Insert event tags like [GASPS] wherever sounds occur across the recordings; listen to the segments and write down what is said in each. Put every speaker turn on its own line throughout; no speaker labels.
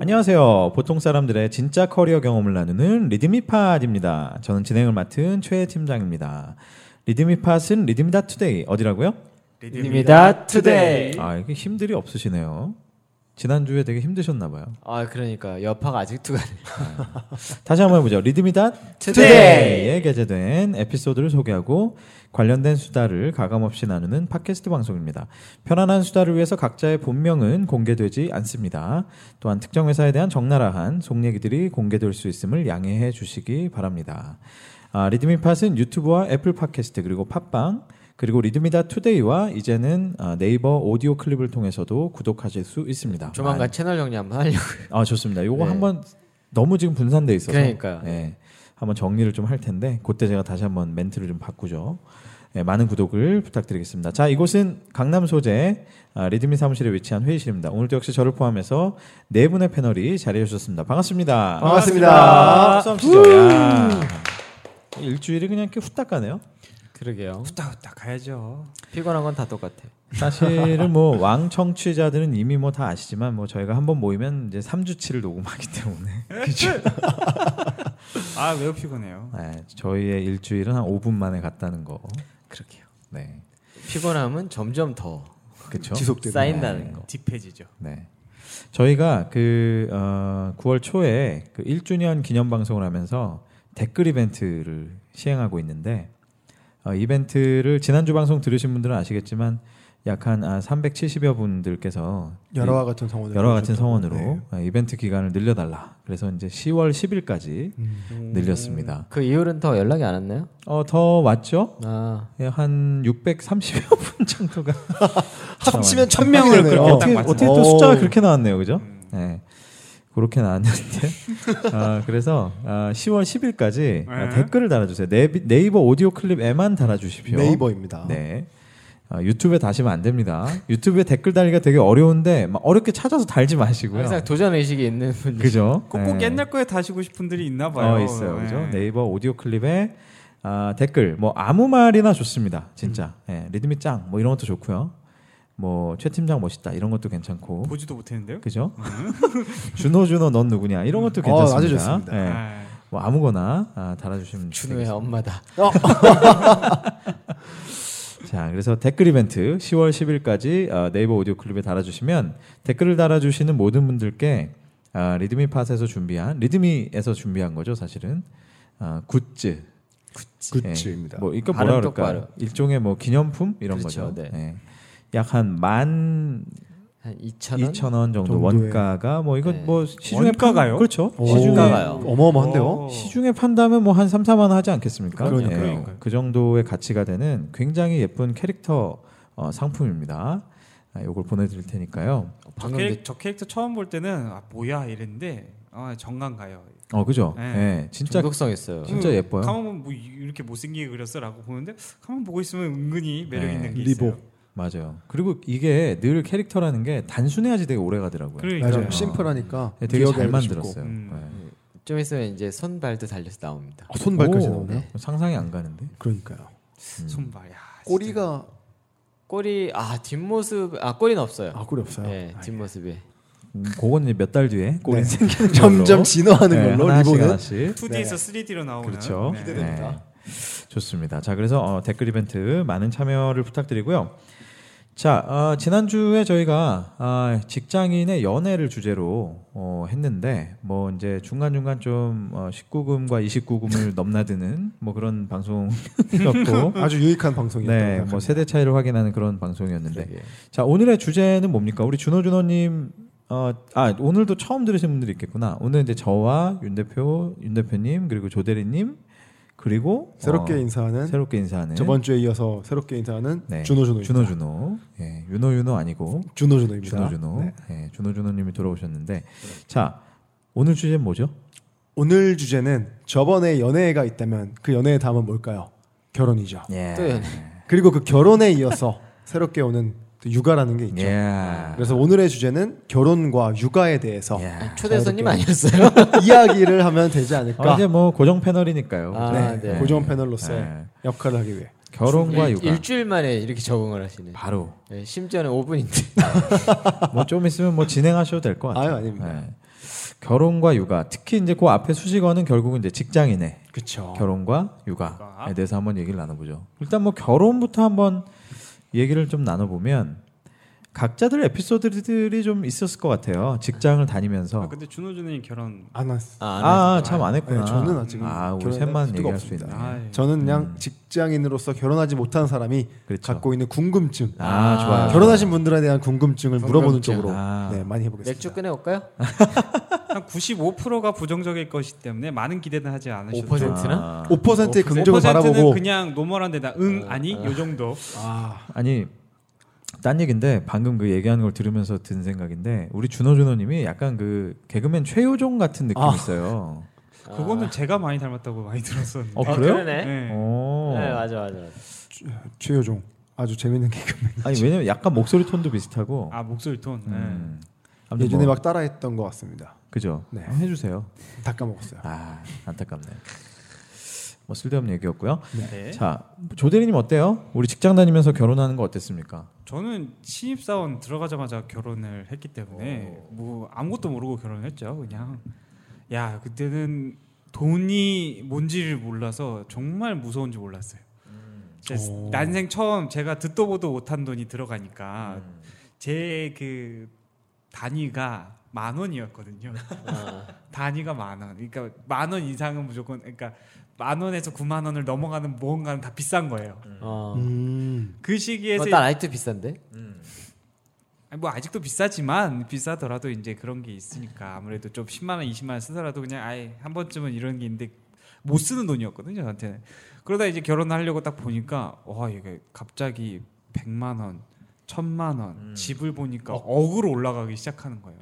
안녕하세요. 보통 사람들의 진짜 커리어 경험을 나누는 리드미팟입니다. 저는 진행을 맡은 최 팀장입니다. 리드미팟은 리드미다 투데이 어디라고요?
리드입니다 투데이.
아 이게 힘들이 없으시네요. 지난주에 되게 힘드셨나 봐요.
아 그러니까 여파가 아직도 가네.
다시 한번 해보죠. 리드미다 투데이에 게재된 에피소드를 소개하고 관련된 수다를 가감없이 나누는 팟캐스트 방송입니다. 편안한 수다를 위해서 각자의 본명은 공개되지 않습니다. 또한 특정 회사에 대한 적나라한 속 얘기들이 공개될 수 있음을 양해해 주시기 바랍니다. 아, 리드미팟은 유튜브와 애플 팟캐스트 그리고 팟빵 그리고 리드미다 투데이와 이제는 아, 네이버 오디오 클립을 통해서도 구독하실 수 있습니다.
조만간 채널 정리 한번 하려고. [LAUGHS]
아 좋습니다. 요거
네.
한번 너무 지금 분산돼 있어서
그러니까요.
예, 한번 정리를 좀 할 텐데 그때 제가 다시 한번 멘트를 좀 바꾸죠. 예, 많은 구독을 부탁드리겠습니다. 자 이곳은 강남 소재 아, 리드미 사무실에 위치한 회의실입니다. 오늘도 역시 저를 포함해서 네 분의 패널이 자리해 주셨습니다. 반갑습니다.
반갑습니다.
박수 한번 치죠. 야. 일주일이 그냥 이렇게 후딱 가네요.
그러게요.
후딱후딱 가야죠.
피곤한 건 다 똑같아.
사실은 뭐 왕청취자들은 이미 뭐 다 아시지만 뭐 저희가 한번 모이면 이제 3주치를 녹음하기 때문에
아 매우 피곤해요.
네, 저희의 일주일은 한 5분 만에 갔다는 거.
그러게요.
네.
피곤함은 점점 더
그렇죠?
지속되는
쌓인다는 거.
딥해지죠.
네. 저희가 그 어, 9월 초에 그 1주년 기념 방송을 하면서 댓글 이벤트를 시행하고 있는데 어, 이벤트를 지난주 방송 들으신 분들은 아시겠지만 약한 아, 370여 분들께서
여러와 같은 성원을
여러 같은
보여줬던-
성원으로
네.
어, 이벤트 기간을 늘려달라. 그래서 이제 10월 10일까지
음.
늘렸습니다.
그 이후로는 더 연락이 안 왔나요?
어, 더 왔죠?
아
예, 한 630여 [LAUGHS] 분 정도가
합치면 천
명을
명을
그렇게 딱
어떻게,
맞아요. 음.
어떻게 또 숫자가 그렇게 나왔네요, 그죠? 네. 그렇게 나왔는데 [LAUGHS] 아, 그래서 아, 10월 10일까지
네.
댓글을 달아주세요. 네비, 네이버 오디오 클립에만 달아주십시오.
네이버입니다.
네. 아, 유튜브에 다시면 안 됩니다. 유튜브에 댓글 달기가 되게 어려운데 막 어렵게 찾아서 달지 마시고요.
항상 도전 의식이 있는 분이.
그죠?
꼭꼭
네.
옛날 거에 다시고 싶은 분들이 있나 봐요.
어, 있어요. 그죠?
네.
예.
네이버 오디오 클립에 아, 댓글 뭐 아무 말이나 좋습니다. 진짜.
음.
예, 리듬이 짱. 뭐 이런 것도 좋고요. 뭐 최 팀장 멋있다. 이런 것도 괜찮고.
보지도 못했는데요.
그죠?
[LAUGHS]
준호 준호 넌 누구냐? 이런 것도 괜찮습니다.
어, 아주 좋습니다.
예.
아,
뭐 아무거나 아, 달아 주시면
준우의
되겠습니다.
엄마다.
자, 그래서 댓글 이벤트 10월 10일까지 아, 네이버 오디오 클립에 달아 주시면 댓글을 달아 주시는 모든 분들께 아, 리드미 팟에서 준비한 리드미에서 준비한 거죠, 사실은. 아, 굿즈
굿즈입니다.
예, 뭐 이거
발음
뭐라 그럴까?
똑바로.
일종의 뭐 기념품 이런
그렇죠,
거죠. 예.
네.
약한
한 2천 원.
12,000원 정도
정도의-
원가가 뭐 이거
네.
뭐 시중에
원가가요?
그렇죠.
오,
시중에
시중가가요.
어, 어마어마한데요.
시중에 판다면 뭐 한 3, 4만 원 하지 않겠습니까?
그러니까요.
예, 그 정도의 가치가 되는 굉장히 예쁜 캐릭터 어, 상품입니다. 아, 이걸 보내드릴 테니까요.
저,
방금 그
캐릭, 저 캐릭터 처음 볼 때는 아 뭐야 이랬는데 아, 정감 가요.
어, 그죠?
네.
예,
그
진짜
중독성 있어요.
진짜
그
예뻐요.
가만 보면 뭐 이- 이렇게 못생기게 그렸어라고 보는데 가만 보고 있으면 은근히 매력
네.
있는 게
리보.
있어요.
맞아요. 그리고 이게 늘 캐릭터라는 게 단순해야지 되게 오래 가더라고요.
그러니까
맞아요. 네, 심플하니까
예, 되게
기억에
잘
알기도 쉽고.
만들었어요.
음.
예.
좀 있으면 이제 손발도 달려서 나옵니다.
아, 손발까지
오, 아,
나오네요. 음.
상상이 안 가는데.
그러니까요.
음.
손발. 야, 진짜.
꼬리가
꼬리 아 뒷모습 아 꼬리는 없어요.
아 꼬리 없어요.
네 뒷모습이.
음, 그건 이제 몇 달 뒤에 꼬리
네.
생기는
점점
걸로.
네, 진화하는
예,
걸로
[LAUGHS] 하나씩
리본은
하나씩.
2D에서 3D로 나오는.
그렇죠.
네.
기대됩니다.
좋습니다. 자, 그래서 어, 댓글 이벤트 많은 참여를 부탁드리고요. 자, 어, 지난주에 저희가 아, 직장인의 연애를 주제로 어, 했는데, 뭐, 이제 중간중간 좀 어, 19금과 29금을 [LAUGHS] 넘나드는 뭐 그런 방송이었고,
아주 유익한 방송이었다고
네,
생각합니다.
뭐 세대 차이를 확인하는 그런 방송이었는데,
그러게요.
자 오늘의 주제는 뭡니까? 우리 준호 준호님 어, 아 오늘도 처음 들으신 분들이 있겠구나. 오늘 이제 저와 윤 대표, 윤 대표님 그리고 조 대리님 그리고
새롭게
어,
인사하는
새롭게 인사하는
저번 주에 이어서 새롭게 인사하는
네,
준호 준호
준호 준호 예 윤호 윤호 아니고
준호 준호입니다.
준호 준호
네.
예 준호 준호님이 돌아오셨는데 자 오늘 주제는 뭐죠?
오늘 주제는 저번에 연애가 있다면 그 연애의 다음은 뭘까요? 결혼이죠.
예.
또 연애.
그리고 그 결혼에 이어서 [LAUGHS] 새롭게 오는 또 육아라는 게 있죠.
예.
그래서 오늘의 주제는 결혼과 육아에 대해서
예.
초대 손님 아니었어요?
이야기를 하면 되지 않을까.
아, 이제 뭐 고정 패널이니까요.
아,
네.
네.
그러니까. 고정 패널로서의 네.
네.
역할을 하기 위해.
결혼과
일-
육아
일주일 만에 이렇게 적응을 하시네. 예,
바로
네, 심지어는 5분인데.
뭐 좀 있으면 뭐 진행하셔도 될 것 같아요.
아유, 아닙니다.
네. 결혼과 육아 특히 이제 그 앞에 수식어는 결국은 이제 직장인의 네.
그렇죠.
결혼과 육아에 대해서 한번 얘기를 나눠보죠. 일단 뭐 결혼부터 한번 얘기를 좀 나눠보면 각자들 에피소드들이 좀 있었을 것 네. 같아요. 직장을
아
다니면서
근데 준호 준호님 결혼
안 왔어.
아, 안
아 참 안 했구나.
네, 저는 아직
아 우리
결혼할
셋만
수가
얘기할 수 있네.
없습니다.
아, 예.
저는 그냥 직장인으로서 결혼하지 못한 사람이
음. 그렇죠.
갖고 있는 궁금증,
아, 좋아요.
결혼하신 분들에 대한 궁금증을 물어보는
궁금증.
쪽으로
아.
네, 많이 해보겠습니다.
맥주 꺼내올까요?
한 95%가 부정적일 것이기 때문에 많은 기대는 하지 않으셔도
5%?
좋아요.
나?
5%의
오,
5%는
긍정을 바라보고
그냥 노멀한데 나 응 아니 요 정도.
아,
아니 딴 얘긴데 방금 그 얘기하는 걸 들으면서 든 생각인데 우리 준호 준호님이 약간 그 개그맨 최효종 같은 느낌 이
아.
있어요.
그거는 제가 많이 닮았다고 많이 들었었는데.
어 그래요?
그러네. 네.
네.
어.
맞아 맞아. 맞아.
최효종 아주 재밌는 [LAUGHS] 개그맨.
아니 왜냐면 약간 목소리 톤도 비슷하고.
아 목소리 톤. 네.
음. 아무튼
예전에
뭐,
막 따라했던 것 같습니다.
그죠.
네.
한번 해주세요.
다 까먹었어요.
아 안타깝네. 뭐 쓸데없는 얘기였고요.
네.
자 조대리님 어때요? 우리 직장 다니면서 결혼하는 거 어땠습니까?
저는 신입 사원 들어가자마자 결혼을 했기 때문에 뭐 아무것도 모르고 결혼했죠. 그냥 야 그때는 돈이 뭔지를 몰라서 정말 무서운지 몰랐어요. 진짜
오.
난생 처음 제가 듣도 보도 못한 돈이 들어가니까 제 그 단위가 만 원이었거든요.
아,
[LAUGHS] 단위가 만 원. 그러니까 만 원 이상은 무조건 그러니까 만 원에서 9만 원을 넘어가는 무언가는 다 비싼 거예요.
아.
어.
음.
그
어,
시기에서
나 라이트 비싼데.
아니, 뭐 아직도 비싸지만 비싸더라도 이제 그런 게 있으니까 아무래도 좀 10만 원, 20만 원 쓰더라도 그냥 아예 한 번쯤은 이런 게 있는데 못 쓰는 돈이었거든요, 저한테는. 그러다 이제 결혼하려고 딱 보니까 와, 이게 갑자기 100만 원, 1000만 원 집을 보니까 억으로 올라가기 시작하는 거예요.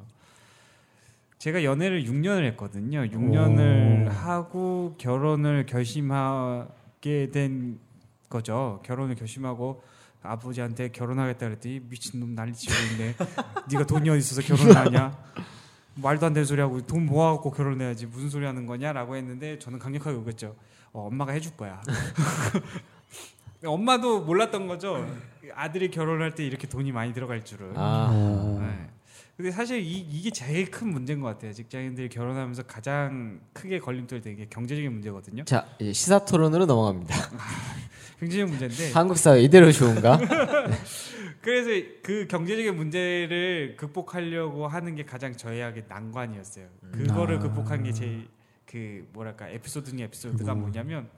제가 연애를 6년을 했거든요. 6년을
오.
하고 결혼을 결심하게 된 거죠. 결혼을 결심하고 아버지한테 결혼하겠다 그랬더니 미친놈 난리 치고 있네. 네가 돈이 어디 있어서 결혼하냐? 말도 안 되는 소리 하고 돈 모아갖고 결혼해야지 무슨 소리 하는 거냐라고 했는데 저는 강력하게 욕했죠. 어, 엄마가 해줄 거야. [LAUGHS] 엄마도 몰랐던 거죠. 아들이 결혼할 때 이렇게 돈이 많이 들어갈 줄을.
아,
네. 근데 사실 이, 이게 제일 큰 문제인 것 같아요. 직장인들이 결혼하면서 가장 크게 걸림돌 되는 게 경제적인 문제거든요.
자 이제 시사 토론으로 넘어갑니다.
경제적인 문제인데
한국 사회 이대로 좋은가?
그래서 그 경제적인 문제를 극복하려고 하는 게 가장 저희에게 난관이었어요.
음.
그거를 극복한 게 제일 그 뭐랄까 에피소드 중에
음.
에피소드가 뭐냐면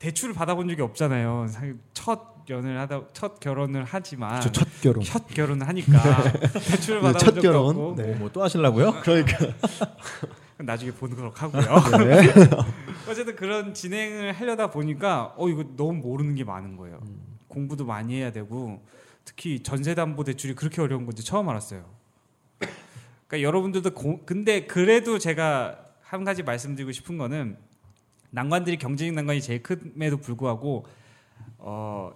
대출을 받아본 적이 없잖아요. 사실 첫 연을 하다 첫 결혼을 하지만
그쵸, 아. 첫 결혼.
첫 결혼을 하니까 대출을
[LAUGHS] 네,
받아본
첫
적도
결혼.
없고
네.
뭐 또 하실라고요?
그러니까
나중에 보도록 하고요. [LAUGHS] 어쨌든 그런 진행을 하려다 보니까 어 이거 너무 모르는 게 많은 거예요. 공부도 많이 해야 되고 특히 전세담보 대출이 그렇게 어려운 건지 처음 알았어요. 그러니까 여러분들도 고- 근데 그래도 제가 한 가지 말씀드리고 싶은 거는 난관들이 경제적 난관이 제일 큼에도 불구하고 어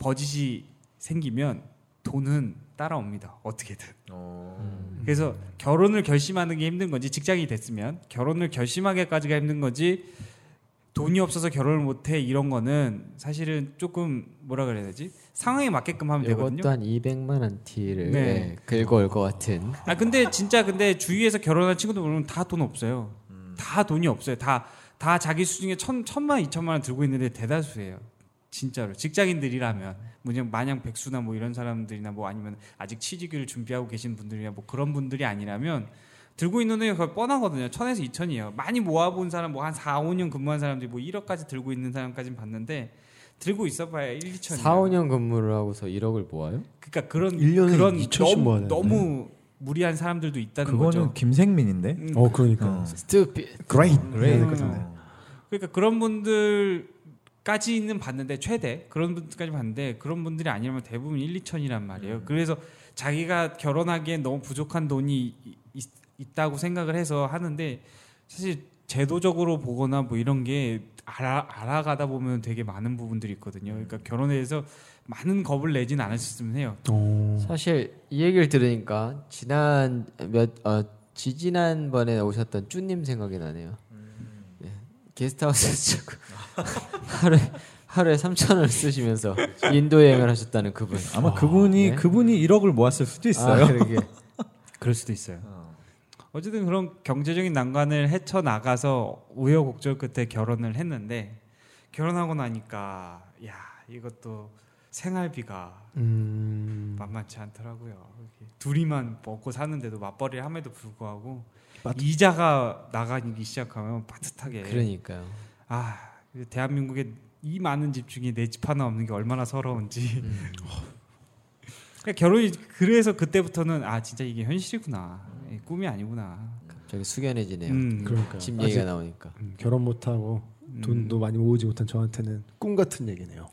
버짓이 생기면 돈은 따라옵니다. 어떻게든. 그래서 결혼을 결심하는 게 힘든 건지 직장이 됐으면 결혼을 결심하기까지가 힘든 건지 돈이 없어서 결혼을 못해 이런 거는 사실은 조금 뭐라 그래야 되지 상황에 맞게끔 하면 되거든요.
이것도 한 200만 원 티를
네.
예, 긁어올 것 같은.
아 근데 진짜 근데 주위에서 결혼한 친구들 보면 다 돈 없어요. 다 돈이 없어요. 다 다 자기 수중에 천 천만 이천만 원 들고 있는데 대다수예요. 진짜로 직장인들이라면 그냥 마냥 백수나 뭐 이런 사람들이나 뭐 아니면 아직 취직을 준비하고 계신 분들이나 뭐 그런 분들이 아니라면 들고 있는 돈이 거의 뻔하거든요. 천에서 이천이에요. 많이 모아본 사람 뭐 한 4, 5년 근무한 사람들이 뭐 1억까지 들고 있는 사람까지는 봤는데 들고 있어봐야 1, 2천이에요.
4, 5년 근무를 하고서 1억을 모아요?
그러니까 그런
1년에
그런
2천씩
너무
모아야 되는데.
너무 무리한 사람들도 있다는
그거는
거죠.
김생민인데.
음,
어 그러니까.
어.
스튜피
Great.
그래.
네, 그렇던데.
어.
그러니까 그런 분들까지는 봤는데 최대 그런 분들까지 봤는데 그런 분들이 아니라면 대부분 1, 2천이란 말이에요. 그래서 자기가 결혼하기에 너무 부족한 돈이 이- 있, 있다고 생각을 해서 하는데 사실 제도적으로 보거나 뭐 이런 게 알아, 알아가다 보면 되게 많은 부분들이 있거든요. 그러니까 결혼에 대해서 많은 겁을 내진 않으셨으면 해요.
오.
사실 이 얘기를 들으니까 지난 몇 어, 지지난 번에 오셨던 쭈님 생각이 나네요. 예, 게스트하우스에서 자꾸 [LAUGHS] 하루에 하루에 3천 원을 쓰시면서 인도 여행을 하셨다는 그분.
아마 그분이
네.
그분이 1억을 모았을 수도 있어요.
아, 그러게.
그럴 수도 있어요. 어쨌든 그런 경제적인 난관을 헤쳐 나가서 우여곡절 끝에 결혼을 했는데 결혼하고 나니까 야 이것도 생활비가
음,
만만치 않더라고요. 이렇게 둘이만 먹고 사는데도 맞벌이를 함에도 불구하고 이자가 나가기 시작하면 빠듯하게
그러니까요.
아 대한민국에 이 많은 집 중에 내 집 하나 없는 게 얼마나 서러운지
음.
[LAUGHS] 그러니까 결혼이 그래서 그때부터는 아 진짜 이게 현실이구나 이 꿈이 아니구나
갑자기 숙연해지네요.
음,
그러니까
집 얘기가 나오니까.
음, 결혼 못하고 돈도 많이 모으지 못한 저한테는 꿈 같은 얘기네요.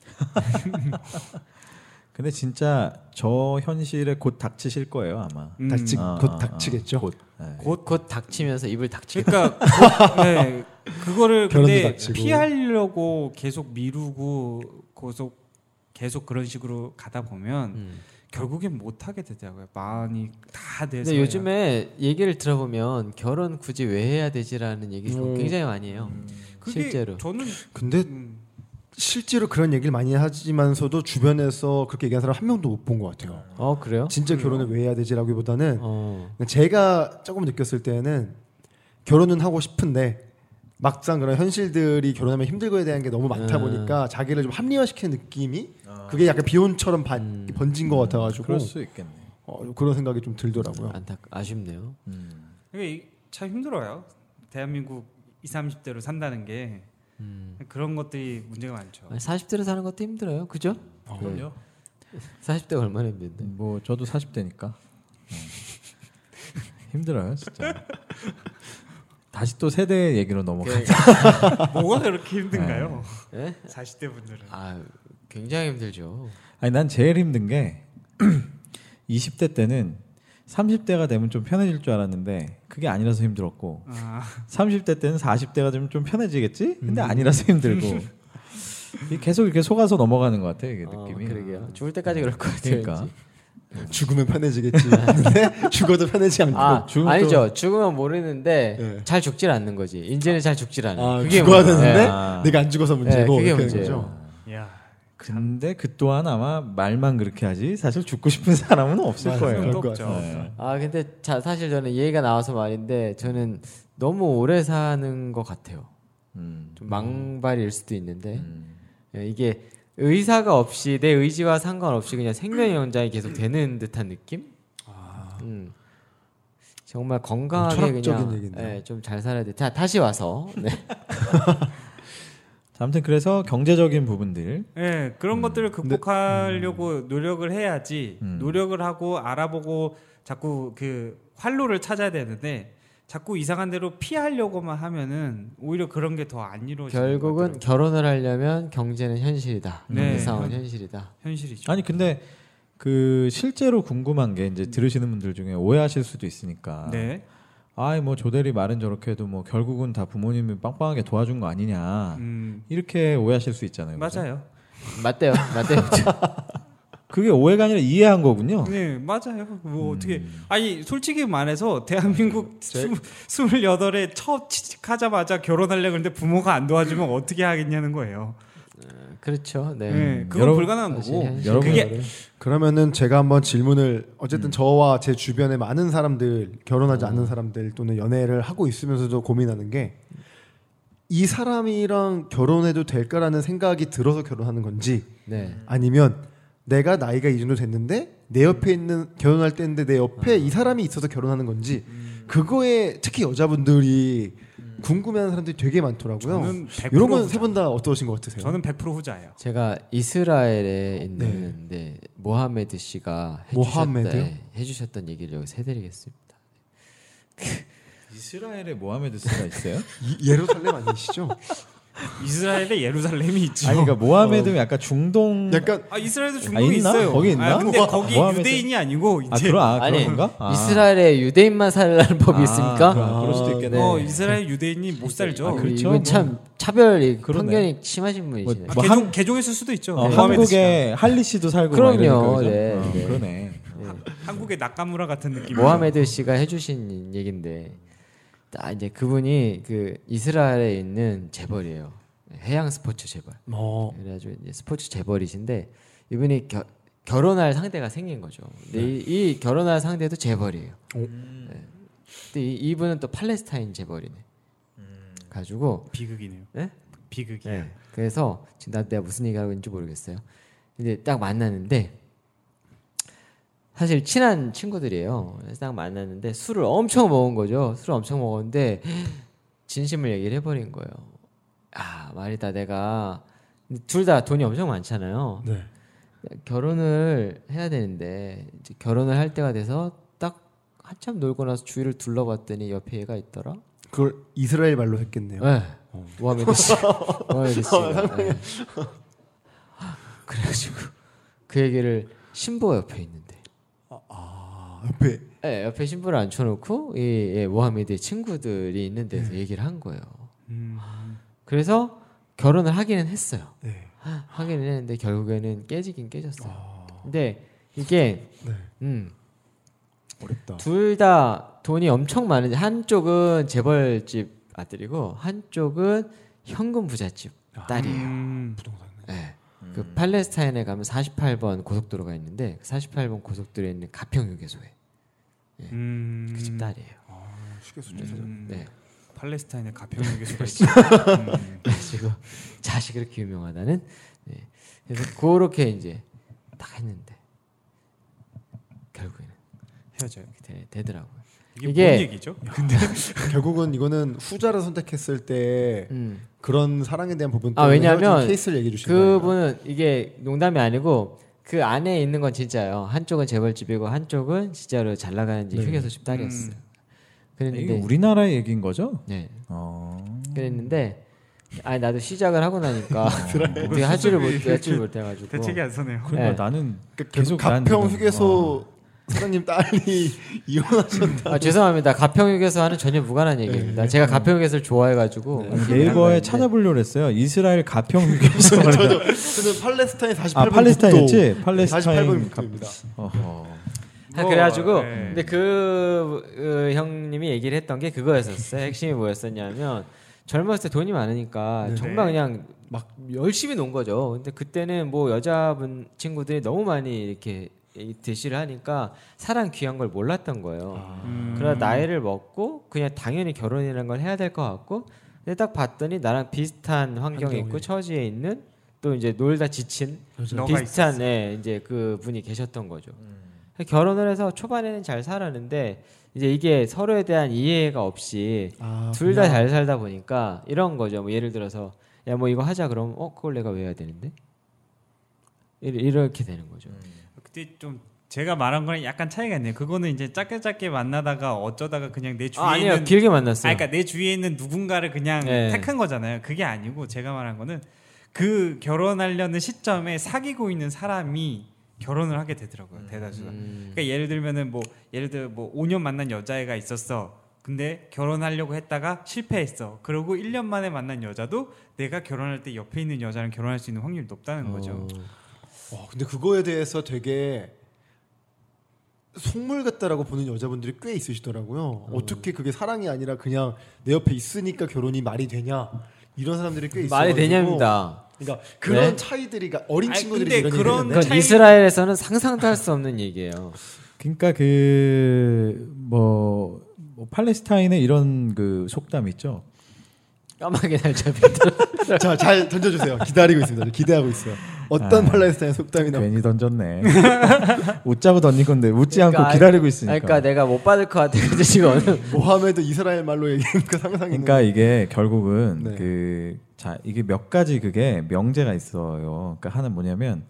근데 진짜 저 현실에 곧 닥치실 거예요 아마.
음.
닥치,
아,
곧
아, 아.
닥치겠죠.
곧. 네.
곧 곧 닥치면서 입을 닥치게.
[LAUGHS]
그러니까 그, 네, 그거를
결혼도
근데
닥치고.
피하려고 계속 미루고 계속 계속 그런 식으로 가다 보면
음.
결국엔 못 하게 되더라고요 많이 다 돼서
근데 요즘에 얘기를 들어보면 결혼 굳이 왜 해야 되지라는 얘기
음.
굉장히 많이 해요.
그게
실제로.
저는
근데
음,
실제로 그런 얘기를 많이 하지만서도 주변에서 그렇게 얘기하는 사람 한 명도 못 본 것 같아요. 네.
어 그래요?
진짜 결혼을 왜 해야 되지라기보다는
어.
제가 조금 느꼈을 때는 결혼은 하고 싶은데 막상 그런 현실들이 결혼하면 힘들고에 대한 게 너무 많다
음.
보니까 자기를 좀 합리화시키는 느낌이 그게 약간 비혼처럼 반-
음.
번진 것 같아가지고
그럴 수 있겠네.
어, 그런 생각이 좀 들더라고요.
안타 아쉽네요.
음.
이게 이- 참 힘들어요 대한민국 20, 30대로 산다는 게 그런 것들이 문제가 많죠 [LAUGHS]
40대로 사는 것도 힘들어요. 그죠?
아,
네.
그럼요.
40대 가 얼마나 힘든데.
뭐 저도 40대니까 어. [LAUGHS] 힘들어요 진짜. 다시 또 세대 얘기로 넘어가자.
뭐가 그렇게 힘든가요?
예?
40대 분들은
아 굉장히 힘들죠.
아니 난 제일 힘든 게 [CLEARS THROAT] 20대 때는 30대가 되면 좀 편해질 줄 알았는데 그게 아니라서 힘들었고
아,
30대 때는 40대가 되면 좀 편해지겠지? 근데 아니라서 힘들고 이게 계속 이렇게 속아서 넘어가는 것 같아 이게
어,
느낌이.
그러게요. 죽을 때까지 그럴 것 같아요.
그러니까
죽으면
[LAUGHS]
편해지겠지. 근데 죽어도 편하지 않고.
아
죽음도-
아니죠. 죽으면 모르는데
예.
잘 죽질 않는 거지. 인제는 잘 죽질 않아.
아,
요 예.
죽어야 되는데
아.
내가 안 죽어서 문제고
네, 그게
이렇게 되는
문제예요.
거죠.
야
근데 그 또한 아마 말만 그렇게 하지 사실 죽고 싶은 사람은 없을
맞아요.
거예요.
그런 거
그럴
없죠.
것
네.
아 근데 자, 사실 저는 얘기가 나와서 말인데 저는 너무 오래 사는 것 같아요.
음.
좀 망발일 수도 있는데
음.
예, 이게 의사가 없이 내 의지와 상관없이 그냥 생명의 연장이 계속 되는 듯한 느낌? 음. 정말 건강하게
어, 아. 철학적인
그냥 예,
얘기인데요.
좀 잘 살아야 돼. 자 다시 와서 네.
자, 아무튼 그래서 경제적인 부분들
예, 그런 것들을 극복하려고 노력을 해야지
음.
노력을 하고 알아보고 자꾸 그 활로를 찾아야 되는데 자꾸 이상한 대로 피하려고만 하면은 오히려 그런 게 더 안 이루어지는
결국은
것 같더라고요.
결혼을 하려면 경제는 현실이다.
네.
경제 상황은 현실이다.
현실이죠.
아니 근데 그 실제로 궁금한 게 이제 들으시는 분들 중에 오해하실 수도 있으니까
네.
아이 뭐 조대리 말은 저렇게 해도 뭐 결국은 다 부모님이 빵빵하게 도와준 거 아니냐
음,
이렇게 오해하실 수 있잖아요. 네, 그죠?
맞아요.
맞대요,
[LAUGHS]
맞대요.
그게 오해가 아니라 이해한 거군요.
네, 맞아요. 뭐 어떻게
음.
아니 솔직히 말해서 대한민국 스물여덟에 첫 취직하자마자 결혼하려고 했는데 부모가 안 도와주면 어떻게 하겠냐는 거예요.
그렇죠.
네,
네.
그건
여러분-
불가능한 거고.
사실
여러분
그게
그러면은 제가 한번 질문을 어쨌든 저와 제 주변에 많은 사람들 결혼하지 않는 사람들 또는 연애를 하고 있으면서도 고민하는 게 이 사람이랑 결혼해도 될까라는 생각이 들어서 결혼하는 건지
네.
아니면 내가 나이가 이 정도 됐는데 내 옆에 있는 결혼할 때인데 내 옆에 이 사람이 있어서 결혼하는 건지 그거에 특히 여자분들이 궁금해하는 사람들이 되게 많더라고요.
저는 100%
이런 건 세 분 다 어떠신 것 같으세요?
저는 100% 후자예요.
제가 이스라엘에 있는 네, 모하메드 씨가
모하메드요?
해주셨던, 해주셨던 얘기를 여기서 해드리겠습니다.
이스라엘에 모하메드 씨가
[LAUGHS]
있어요?
이- 예루살렘 아니시죠?
[LAUGHS]
이스라엘에 예루살렘이 있죠.
아니 그러니까 모하메드는
어.
약간 중동
약간
아 이스라엘도
아,
중국이
있나?
있어요.
거기 있나?
아, 근데
뭐,
거기
뭐 하면
유대인이 아니고
아
이제
그런 아,
아니,
그런 건가? 아.
이스라엘에 유대인만 살라는 법이
아,
있습니까?
그럴, 그럴 수도 있겠네.
어 이스라엘 유대인이 못 살죠.
아, 그렇죠.
이건 참 차별이
그러네.
편견이 심하신 분이시네요.
아,
뭐
개종
한-
개종했을 수도 있죠.
어,
모하메드 씨가.
한국에 할리 씨도 살고 막
그럼요,
이러니까, 그죠?
네,
어,
네.
그러네.
한국의 낙가무라 같은 느낌.
아,
모하메드 씨가 해주신 얘긴데 딱 이제 그분이 그 이스라엘에 있는 재벌이에요. 해양 스포츠 재벌.
어.
뭐
그래가지고 이제 스포츠 재벌이신데 이분이 겨-
어.
결혼할 상대가 생긴 거죠. 근데 이, 이 결혼할 상대도 재벌이에요. 네. 근데 이, 이분은 또 팔레스타인 재벌이네.
음.
가지고
비극이네요.
네?
비극이에요.
예. 그래서 지금 나 내가 무슨 얘기하고 있는지 모르겠어요. 근데 딱 만났는데 사실 친한 친구들이에요. 그래서 딱 만났는데 술을 엄청 먹은 거죠. 술을 엄청 먹었는데 진심을 얘기를 해버린 거예요. 아 말이다 내가 둘 다 돈이 엄청 많잖아요.
네.
결혼을 해야 되는데 이제 결혼을 할 때가 돼서 딱 한참 놀고 나서 주위를 둘러봤더니 옆에 얘가 있더라.
그걸 이스라엘 말로 했겠네요.
네. 우하메드 [LAUGHS] 씨. 우하메드 씨. 네. [LAUGHS] 그래가지고 그 얘기를 신부가 옆에 있는데.
아, 옆에
네, 옆에 신부를 앉혀놓고 이 예, 모하메드의 친구들이 있는 데서 얘기를 한 거예요. 음. 그래서 결혼을 하기는 했어요.
네.
하기는 했는데 결국에는 깨지긴 깨졌어요. 근데 이게
아. 네.
음,
어렵다.
둘 다 돈이 엄청 많은데 한쪽은 재벌집 아들이고 한쪽은 현금 부잣집
아.
딸이에요.
음,
예. 그 팔레스타인에 가면 48번 고속도로가 있는데 48번 고속도로에 있는 가평 휴게소에
음,
그 집 딸이에요.
휴게소
음,
네. 그렇죠.
팔레스타인의 가평역에 수가 있죠. 음,
그래가지고 [LAUGHS] 자식 그렇게 유명하다는. 네. 그래서 그렇게 이제 딱 했는데 결국에는
헤어져요.
되, 되더라고요.
이게,
이게- 아,
뭔 얘기죠? 근데
결국은 이거는 후자를 선택했을 때
음.
그런 사랑에 대한 부분
아,
때문에
왜냐면
헤어진 케이스를 얘기해 주신 거예요.
그분은 이게 농담이 아니고 그 안에 있는 건 진짜예요. 한쪽은 재벌집이고 한쪽은 진짜로 잘 나가는 이제
네.
휴게소 집 딸이었어요.
이게
그랬는데
우리나라 얘기인 거죠?
네.
어.
그랬는데 아니 나도 시작을 하고 나니까 어떻게 할 줄을 못
수습이
할 줄을 못 해가지고
대책이 안 서네요.
그러니까
네.
나는
그러니까
계속
계속 어.
난
가평
지금-
휴게소 사장님 딸이 [LAUGHS] 이혼하셨.
아, 죄송합니다 가평휴게소와는 전혀 무관한 얘기입니다. 제가 가평휴게소를 좋아해가지고
네이버에 찾아보려고 했어요. 이스라엘
[LAUGHS]
가평 휴게소.
저는 팔레스타인 네, 48번
아 팔레스타인이지? 팔레스타인
48번
가...
국도입니다.
어허.
아, 그래가지고
네.
근데 그 어, 형님이 얘기를 했던 게 그거였었어요. 핵심이 뭐였었냐면 젊었을 때 돈이 많으니까
네네.
정말 그냥 막 열심히 논 거죠. 근데 그때는 뭐 여자분 친구들이 너무 많이 이렇게 이 대시를 하니까 사랑 귀한 걸 몰랐던 거예요.
아.
음.
그러다 나이를 먹고 그냥 당연히 결혼이라는 걸 해야 될 것 같고 근데 딱 봤더니 나랑 비슷한 환경에 있고 처지에 있는 또 이제 놀다 지친
너가 음.
비슷한 예, 이제 그 분이 계셨던 거죠. 결혼을 해서 초반에는 잘 살았는데 이제 이게 서로에 대한 이해가 없이
아,
둘 다 잘 살다 보니까 이런 거죠. 뭐 예를 들어서 야 뭐 이거 하자 그럼 어 그걸 내가 왜 해야 되는데 이래- 이렇게 되는 거죠.
음. 그때 좀 제가 말한 거랑 약간 차이가 있네요. 그거는 이제 짧게 짧게 만나다가 어쩌다가 그냥 내 주위에
아, 아니요
있는
길게 만났어요. 음.
아, 그러니까 내 주위에 있는 누군가를 그냥
네.
택한 거잖아요. 그게 아니고 제가 말한 거는 그 결혼하려는 시점에 사귀고 있는 사람이 결혼을 하게 되더라고요. 대다수가.
음.
그러니까 예를 들면은 뭐 예를 들어 뭐 5년 만난 여자애가 있었어. 근데 결혼하려고 했다가 실패했어. 그리고 1년 만에 만난 여자도 내가 결혼할 때 옆에 있는 여자랑 결혼할 수 있는 확률이 높다는 거죠.
어.
와, 근데 그거에 대해서 되게 속물 같다라고 보는 여자분들이 꽤 있으시더라고요. 어떻게 그게 사랑이 아니라 그냥 내 옆에 있으니까 결혼이 말이 되냐 이런 사람들이 꽤 있어요.
말이 되냐입니다.
그러니까 그런
네.
차이들이 그러니까 어린
아니,
친구들이
근데
이런
그런
그런
그건
차이-
그러니까 이스라엘에서는 상상도 할 수 없는 얘기예요.
그러니까 그뭐 뭐 팔레스타인의 이런 그 속담 있죠.
까마귀
[LAUGHS]
날잡히다.
자잘 던져주세요. 기다리고 있습니다. 저 기대하고 있어요. 어떤
아.
팔레스타인 속담이 나올
괜히 던졌네. [LAUGHS] 웃자고 던진 건데 웃지
그러니까
않고 기다리고
아,
있으니까.
그러니까 내가 못 받을 것 같아. 근데 지금
[LAUGHS]
어느
모하메드 이스라엘 말로 얘기하는 그 상상이 있는
그러니까 이게 결국은
네.
그 자 이게 몇 가지 그게 명제가 있어요. 그러니까 하나 는 뭐냐면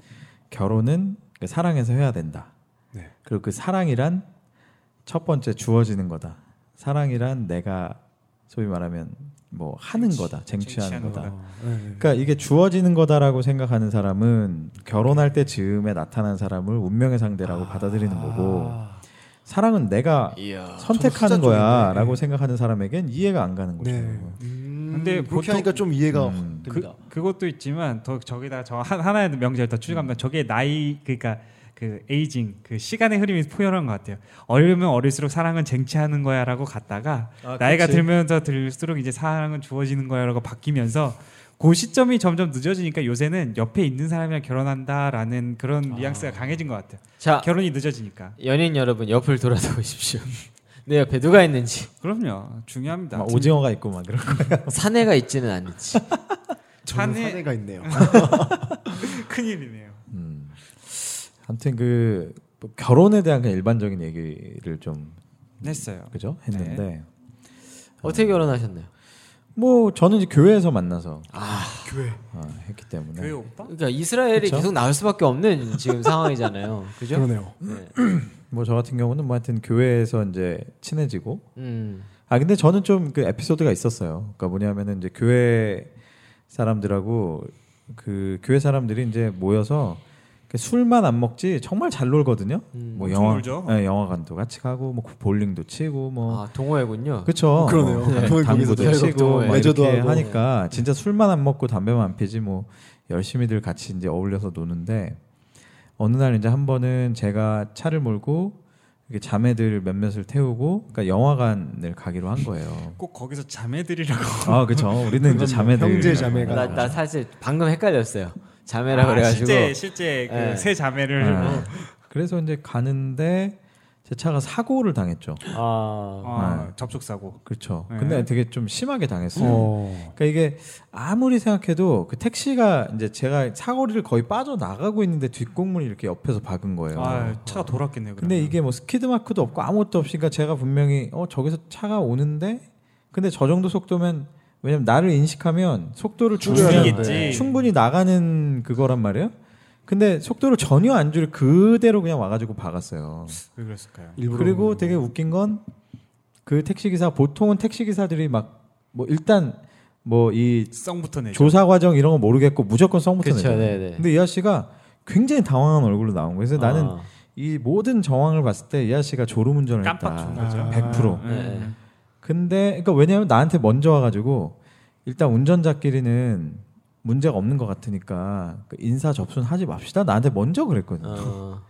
결혼은 그 사랑해서 해야 된다.
네.
그리고 그 사랑이란 첫 번째 주어지는 거다. 사랑이란 내가 소위 말하면 뭐 하는 거다, 쟁취하는,
쟁취하는
거다.
거다.
네.
그러니까 이게 주어지는 거다라고 생각하는 사람은 결혼할 때 즈음에 나타난 사람을 운명의 상대라고 받아들이는 거고
아,
사랑은
사랑은
내가 선택하는
저는 후자 쪽인데.
거야라고 생각하는 사람에겐 이해가 안 가는 거죠.
네.
근데
근데
보통-
그렇게 하니까 좀 이해가
음.
됩니다.
그, 그것도 있지만 더 저기다가 저 한- 하나의 명제를 더 추가합니다. 저게 나이 그러니까 그 에이징 그 시간의 흐름이 포현한 것 같아요. 어리면 어릴수록 사랑은 쟁취하는 거야라고 갔다가
아,
나이가
그치.
들면서 들수록 이제 사랑은 주어지는 거야라고 바뀌면서 그 시점이 점점 늦어지니까 요새는 옆에 있는 사람이랑 결혼한다라는 그런 뉘앙스가 강해진 것 아. 같아요.
자
결혼이 늦어지니까.
연인 여러분 옆을 돌아다 보십시오. [LAUGHS] 내 옆에 누가 있는지
그럼요. 중요합니다.
막 오징어가 있고 막 그런 거.
사내가 있지는 않지.
저는
사내-
사내가 있네요.
큰일이네요.
음. 아무튼 그뭐 결혼에 대한 그냥 일반적인 얘기를 좀
냈어요.
그죠 했는데
어떻게 결혼하셨나요?
뭐 저는 이제 교회에서 만나서
교회.
어, 했기 때문에
아, 교회 오빠?
그러니까 이스라엘이
그쵸?
계속 나올 수밖에 없는 지금 상황이잖아요. 그죠?
그러네요.
네.
뭐 저 같은 경우는 뭐 하여튼 교회에서 이제 친해지고
음.
아 근데 저는 좀 그 에피소드가 있었어요. 그러니까 뭐냐면은 이제 교회 사람들하고 그 교회 사람들이 이제 모여서 그 술만 안 먹지 정말 잘 놀거든요.
음.
뭐
엄청
영화
놀죠.
예, 영화관도 같이 가고 뭐 볼링도 치고 뭐
아 동호회군요.
그렇죠.
그러네요.
뭐
네. 거기서
당구도
결국
치고
동호회.
막
레저도
이렇게
하고.
하니까 진짜 술만 안 먹고 담배만 안 피지 뭐 열심히들 같이 이제 어울려서 노는데 어느 날 이제 한 번은 제가 차를 몰고 이렇게 자매들 몇몇을 태우고 그러니까 영화관을 가기로 한 거예요.
꼭 거기서 자매들이라고.
아, 그쵸 우리는 이제
그럼요.
자매들.
형제, 자매가.
나, 나 사실 방금 헷갈렸어요. 자매라
아,
그래가지고
실제 실제
네.
그세 자매를
아, 그래서 이제 가는데 제 차가 사고를 당했죠.
아
아,
네.
접촉 사고.
그렇죠.
네.
근데 되게 좀 심하게 당했어요.
어.
그러니까 이게 아무리 생각해도 그 택시가 이제 제가 사거리를 거의 빠져나가고 있는데 뒷공문이 이렇게 옆에서 박은 거예요.
아, 차가 돌았겠네요.
근데
그러면.
이게 뭐 스키드 마크도 없고 아무것도 없으니까 제가 분명히 어 저기서 차가 오는데 근데 저 정도 속도면 왜냐면 나를 인식하면 속도를 줄여야
줄이겠지.
돼. 충분히 나가는 그거란 말이에요. 근데 속도를 전혀 안 줄여 그대로 그냥 와가지고 박았어요.
왜 그랬을까요?
일부러
그리고 되게 웃긴 건 그 택시기사 보통은 택시기사들이 막 뭐 일단 뭐 이
썽부터 내죠.
조사 과정 이런 거 모르겠고 무조건 썸부터
네, 그렇죠.
내잖아요.
네네.
근데 이 아씨가 굉장히 당황한 얼굴로 나온 거예요. 그래서 나는
아,
이 모든 정황을 봤을 때 이 아씨가 졸음운전을
깜빡 준
했다.
거죠.
아.
100%.
네.
네.
근데 그러니까 왜냐하면 나한테 먼저 와가지고 일단 운전자끼리는 문제가 없는 것 같으니까 그 인사 접수는 하지 맙시다. 나한테 먼저 그랬거든요.
어,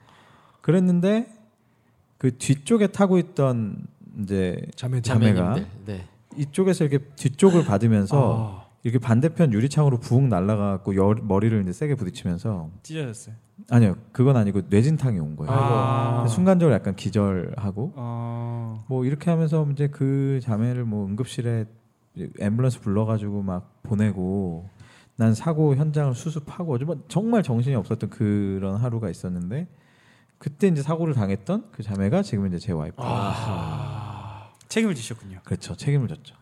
그랬는데 그 뒤쪽에 타고 있던 이제
자매들.
자매가
자매님들. 네.
이쪽에서 이렇게 뒤쪽을
아.
받으면서
아,
이렇게 반대편 유리창으로 부웅 날아가고 열- 머리를 이제 세게 부딪히면서
찢어졌어요.
아니요 그건 아니고 뇌진탕이 온 거예요.
아.
순간적으로 약간 기절하고
어.
뭐 이렇게 하면서 이제 그 자매를 뭐 응급실에 이제 앰뷸런스 불러가지고 막 보내고 난 사고 현장을 수습하고 뭐 정말- 정말 정신이 없었던 그런 하루가 있었는데 그때 이제 사고를 당했던 그 자매가 지금 이제 제 와이프.
책임을 지셨군요.
그렇죠 책임을 졌죠.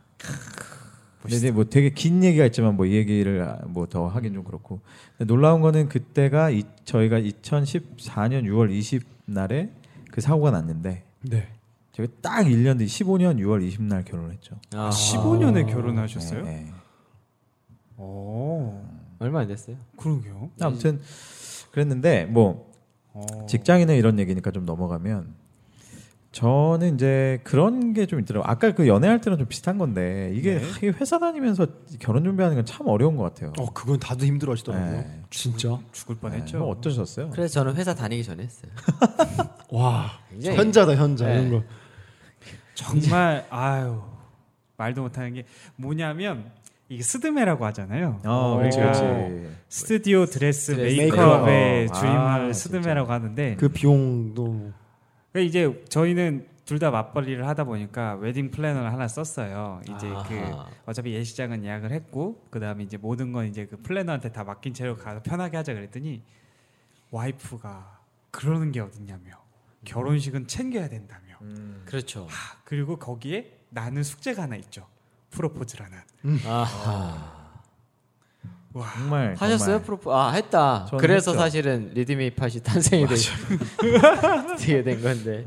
근데 이제 뭐 되게 긴 얘기가 있지만 뭐 이 얘기를 뭐 더 하긴 좀 그렇고 근데 놀라운 거는 그때가 이- 저희가 2014년 6월 20 날에 그 사고가 났는데
네.
제가 딱 1년 뒤 15년 6월 20 날 결혼했죠.
아,
15년에 결혼하셨어요?
네, 네.
오.
얼마 안 됐어요.
그러게요.
아무튼 그랬는데 뭐
네. 어.
직장인의 이런 얘기니까 좀 넘어가면 저는 이제 그런 게 좀 있더라고. 요 아까 그 연애할 때랑 좀 비슷한 건데 이게
네.
하긴 회사 다니면서 결혼 준비하는 건 참 어려운 것 같아요.
어 그건 다들 힘들어하시더라고요. 음.
네.
진짜.
죽을
네,
뻔했죠.
뭐 어떠셨어요?
그래서 저는 회사 다니기 전에 했어요.
와.
굉장히-
현자다 현자
네.
이런 거.
정말 아유 말도 못하는 게 뭐냐면 이게 스드메라고 하잖아요.
어, 그렇지, 그렇지.
스튜디오 드레스
드레스
메이크업의
메이크업.
주임을
아,
스드메라고 하는데
그 비용도
그 이제 저희는 둘 다 맞벌이를 하다 보니까 웨딩 플래너를 하나 썼어요. 이제 그
아하.
어차피 예식장은 예약을 했고 그다음에 이제 모든 건 이제 그 플래너한테 다 맡긴 채로 가서 편하게 하자 그랬더니 와이프가 그러는 게 어딨냐며 결혼식은 챙겨야 된다며
그렇죠.
하, 그리고 거기에 나는 숙제가 하나 있죠. 프로포즈라는.
아,
와.
정말 네,
하셨어요
정말.
프로포? 아 했다.
저는
그래서
했죠.
사실은 리드미 팟이 탄생이 된 [LAUGHS] 어떻게 된 건데.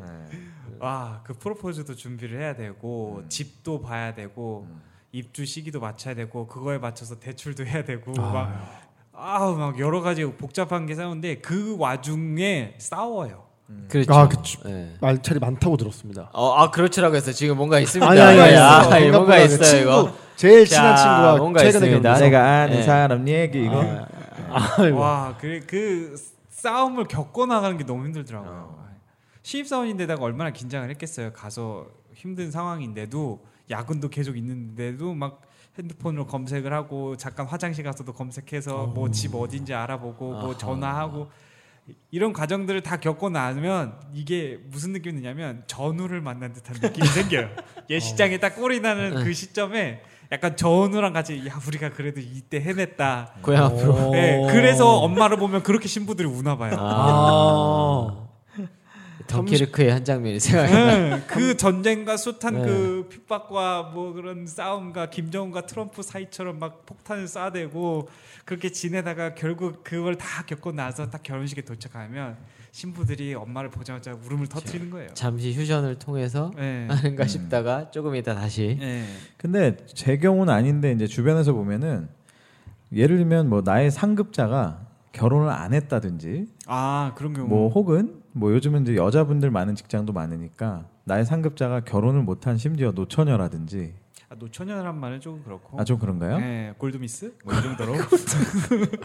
아,
와, 그 프로포즈도 준비를 해야 되고 집도 봐야 되고 입주 시기도 맞춰야 되고 그거에 맞춰서 대출도 해야 되고 막 아우 막 여러 가지 복잡한 게 싸우는데 그 와중에 싸워요.
네.
그렇죠.
아, 그쵸.
예.
말차리 많다고 들었습니다.
어, 아 그렇지라고 했어. 지금 뭔가 있습니다.
아니 아니 아니.
아,
생각보다
예, 뭔가
그
있어요 이거.
제일
자,
친한 친구와
뭔가
최근에
있습니다.
결혼해서
내가 아는
네.
사람 얘기 이거.
와, 그, 그 싸움을 겪어 나가는 게 너무 힘들더라고요. 신입사원인데다가 얼마나 긴장을 했겠어요. 가서 힘든 상황인데도 야근도 계속 있는데도 막 핸드폰으로 검색을 하고 잠깐 화장실 가서도 검색해서 뭐 집 어딘지 알아보고 뭐
아하.
전화하고 이런 과정들을 다 겪고 나면 이게 무슨 느낌이냐면 전우를 만난 듯한 느낌이 생겨요. 얘 시장에 딱 꼴이 나는 그 시점에 약간 전우랑 같이 야 우리가 그래도 이때 해냈다.
고향 앞으로.
네,
어.
그래서 엄마를 보면 그렇게 신부들이 우나 봐요.
아.
아.
덩키르크의 한 장면이 생각나.
네, 그 전쟁과 숱한
네.
그 핍박과 뭐 그런 싸움과 김정은과 트럼프 사이처럼 막 폭탄을 쏴대고 그렇게 지내다가 결국 그걸 다 겪고 나서 딱 결혼식에 도착하면 신부들이 엄마를 보자마자 울음을 터뜨리는 거예요.
[LAUGHS] 잠시 휴전을 통해서
네.
하는가
음.
싶다가 조금 이따 다시
네.
근데 제 경우는 아닌데 이제 주변에서 보면은 예를 들면 뭐 나의 상급자가 결혼을 안 했다든지
아 그런 경우.
뭐 혹은 뭐 요즘은 이제 여자분들 많은 직장도 많으니까 나의 상급자가 결혼을 못한 심지어 노처녀라든지
아, 노처녀란 말은 조금 그렇고.
아 좀 그런가요? 아,
네, 골드미스 뭐 이 정도로.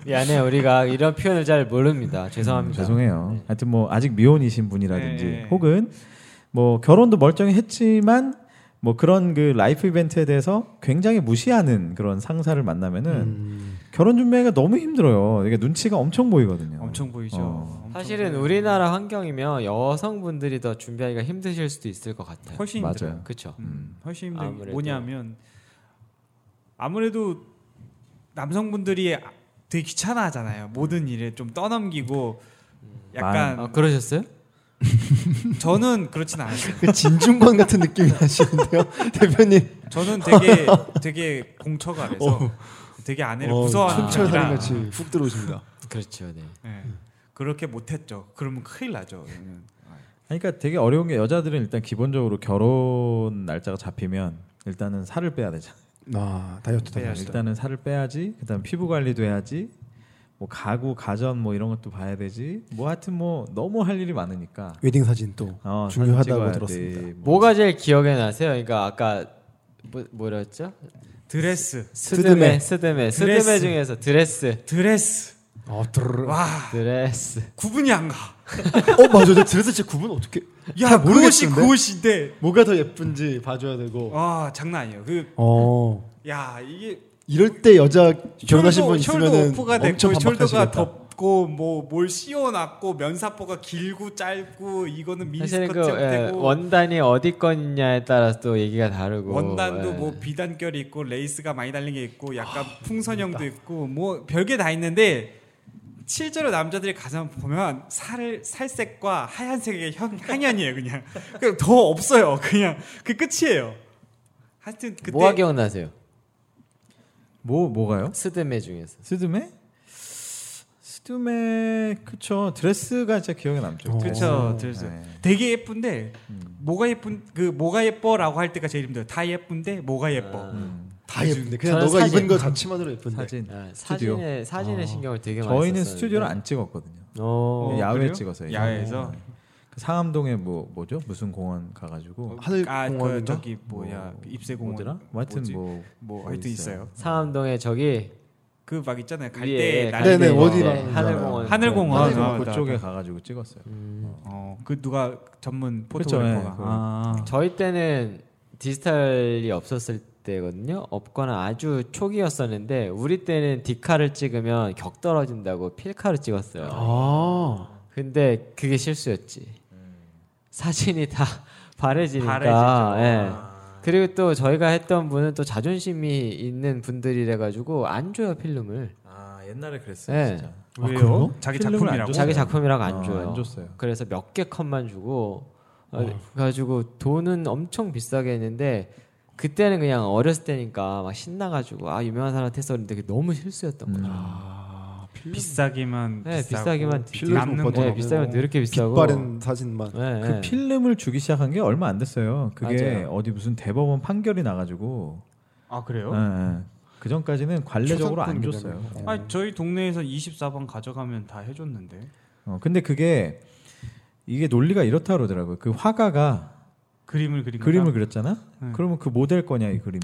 미안해 우리가 이런 표현을 잘 모릅니다.
음,
죄송합니다.
죄송해요. 하여튼 뭐 아직 미혼이신 분이라든지
네.
혹은 뭐 결혼도 멀쩡히 했지만 뭐 그런 그 라이프 이벤트에 대해서 굉장히 무시하는 그런 상사를
음.
만나면은 결혼 준비가 너무 힘들어요. 이게 눈치가 엄청 보이거든요.
엄청 보이죠.
어.
엄청
사실은
보여요.
우리나라 환경이면 여성분들이 더 준비하기가 힘드실 수도 있을 것 같아요.
네,
훨씬
맞아요.
힘들어요.
그렇죠.
음, 훨씬 힘든 게
아무래도.
뭐냐면 아무래도 남성분들이 아- 되게 귀찮아하잖아요.
음.
모든 일에 좀 떠넘기고 약간
아, 그러셨어요?
아.
저는 그렇진 않아요.
진중권 같은 느낌이 나시는데요, 대표님.
저는 되게 되게 공처가 그래서 되게 아내를
어,
무서워하는
촌철
편이라
살인같이 훅 들어오십니다.
그렇죠. 네.
예, 그렇게 못했죠. 그러면 큰일 나죠. 저는.
아니, 그러니까 되게 어려운 게 여자들은 일단 기본적으로 결혼 날짜가 잡히면 일단은 살을 빼야 되잖아요.
아 다이어트
네,
다이어트.
알겠어요.
일단은 살을 빼야지. 그다음 피부 관리도 해야지. 뭐 가구, 가전 뭐 이런 것도 봐야 되지. 뭐 하여튼 뭐 너무 할 일이 많으니까.
웨딩 사진 또
어, 사진 찍어야
중요하다고
돼.
들었습니다.
뭐
뭐가 제일 기억에 나세요? 그러니까 아까 뭐, 뭐였죠?
드레스,
스드메, 스드메,
드레스.
스드메 중에서 드레스,
드레스.
어, 드르르.
와
드레스.
구분이 안 가.
어 맞아, 저 드레스 제 구분 어떻게?
야 그것이
모르겠는데?
그것인데.
뭐가 더 예쁜지 봐줘야 되고.
아 장난 아니에요.
어.
그야 이게
이럴 때 여자 결혼하신
숄더-
분
숄더
있으면은
오프가
엄청
됐고 숄더가
반박하시겠다.
덥고 뭐 뭘 씌워놨고 면사포가 길고 짧고 이거는
사실은
미니스커트
그 예,
되고
원단이 어디 거냐에 따라서 또 얘기가 다르고
원단도
예. 아,
뭐 비단결이 있고 레이스가 많이 달린 게 있고 약간 풍선형도 있고 뭐 별게 다 있는데 실제로 남자들이 가서 보면 살 살색과 하얀색의 향, 향연이에요 그냥 그더 없어요 그냥 그 끝이에요 하여튼 그때
뭐가 기억나세요?
뭐 뭐가요?
스드메 중에서
스드메? 스드메 그쵸 드레스가 진짜 기억에 남죠.
어.
그렇죠 들죠
네.
되게 예쁜데
음.
뭐가 예쁜 그 뭐가 예뻐라고 할 때가 제일 힘들어요. 다 예쁜데 뭐가 예뻐.
음.
다 예쁜데 그냥
저는
너가
사진.
입은 거 자체만으로 예쁜데.
사진.
아,
스튜디오.
사진에 사진에 신경을 되게 많이
저희는
썼었는데.
스튜디오를 안 찍었거든요.
어,
어,
야외
그래요?
찍었어요.
야외에서
그 상암동에 뭐 뭐죠? 무슨 공원 가가지고
하늘
아, 그
공원인가?
저기 뭐야 그
뭐더라?
입세공원
뭐 하여튼
뭐지?
뭐,
뭐
뭐
하여튼
있어요.
있어요.
상암동에 저기
그 막 있잖아요.
위에
갈대 뭐
네네,
예, 갈대
어디
있는데
방향이잖아요.
하늘공원
하늘공원.
네.
하늘공원
아, 맞다,
그쪽에 가가지고 찍었어요.
음,
어, 그 누가 전문
그쵸, 예.
포토그래퍼가.
그-
아,
저희 때는 디지털이 없었을 때거든요. 없거나 아주 초기였었는데 우리 때는 디카를 찍으면 격 떨어진다고 필카를 찍었어요.
아.
근데 그게 실수였지. 사진이 다 [LAUGHS] 바래지니까.
바래지죠.
예. 그리고 또 저희가 했던 분은 또 자존심이 있는 분들이래 가지고 안 줘요 필름을
아 옛날에 아, 그랬어요.
예.
진짜.
왜요?
그래요?
자기
필름을 안
작품이라고.
줬어요.
자기 작품이라고 안
어,
줘요.
안 줬어요.
그래서 몇 개 컷만 주고 어, 가지고 돈은 엄청 비싸게 했는데 그때는 그냥 어렸을 때니까 막 신나가지고 아 유명한 사람한테 했었는데 그게 너무
음.
실수였던 거죠.
아,
아,
비싸기만
네,
비싸고
비싸기만
필름
남는
못
거
네,
버텨먹고.
비싸면 더럽게 비싸고.
빛바랜 사진만.
네,
그
네.
필름을 주기 시작한 게 얼마 안 됐어요. 그게
맞아요.
어디 무슨 대법원 판결이 나가지고
아 그래요?
그 전까지는 관례적으로 안
초상권
줬어요.
개념이요.
아니 저희 동네에서 24번 가져가면 다 해줬는데
어, 근데 그게 이게 논리가 이렇다 그러더라고요. 그 화가가
그림을 그린
그림을
거다?
그렸잖아.
그러니까. 네.
그러면 그 모델 거냐 이 그림이.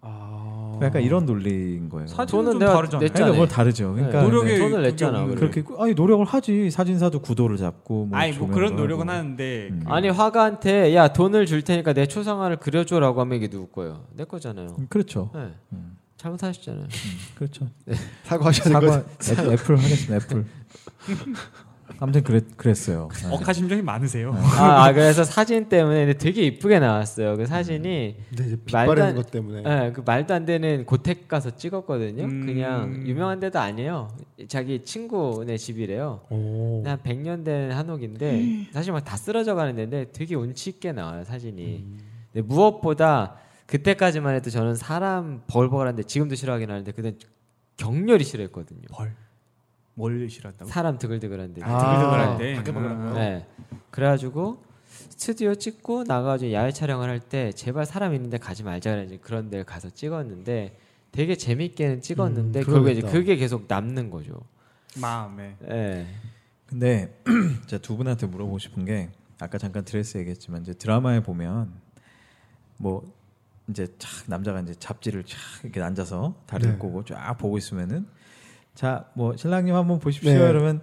그러니까
아.
약간 이런 논리인 거예요.
사진은
돈은
좀
내가
다르잖아요.
그러니까
냈잖아요.
뭐 다르죠. 그러니까
네.
노력의
돈을
그게
냈잖아,
없는
그래.
거예요.
그렇게 아니 노력을 하지. 사진사도 구도를 잡고 뭐
아니 뭐
조명도
그런 노력은
하고.
하는데
음.
아니 화가한테 야 돈을 줄 테니까 내 초상화를 그려줘라고 하면 이게 누구 거예요? 내 거잖아요.
음, 그렇죠.
네.
음. [LAUGHS]
잘못하셨잖아요.
그렇죠.
사과하셔야 될것
사과
같아요.
[LAUGHS]
애플, 애플 하겠습니다. 애플. 아무튼 그랬, 그랬어요. 네.
억하 심정이 많으세요.
아, 아, 그래서 사진 때문에 근데 되게 이쁘게 나왔어요. 그 사진이
근데 이제
말도
빗바르는
안-
것 때문에
예, 그 말도 안 되는 고택 가서 찍었거든요.
음.
그냥 유명한 데도 아니에요. 자기 친구네 집이래요.
오.
근데 한 100년 된 한옥인데 사실 막 다 쓰러져 가는 데인데 되게 운치 있게 나와요 사진이 근데 무엇보다 그때까지만 해도 저는 사람 벌벌한데 지금도 싫어하긴 하는데 그때 격렬히 싫어했거든요
벌. 뭘 싫어한다고?
사람 드글드글한데
아,
드글드글한데.
바글바글한 거.
네. 그래가지고 스튜디오 찍고 나가가지고 야외 촬영을 할 때 제발 사람 있는데 가지 말자 그래서 그런 데를 가서 찍었는데 되게 재밌게는 찍었는데
음,
결국에 이제
그러겠다.
그게 계속 남는 거죠
마음에.
예.
근데 [CLEARS THROAT] 제가 두 분한테 물어보고 싶은 게 아까 잠깐 드레스 얘기했지만 이제 드라마에 보면 뭐 이제 착 남자가 이제 잡지를 착 이렇게 앉아서 다리를
네.
꼬고 쫙 보고 있으면은 자 뭐 신랑님 한번 보십시오
네.
이러면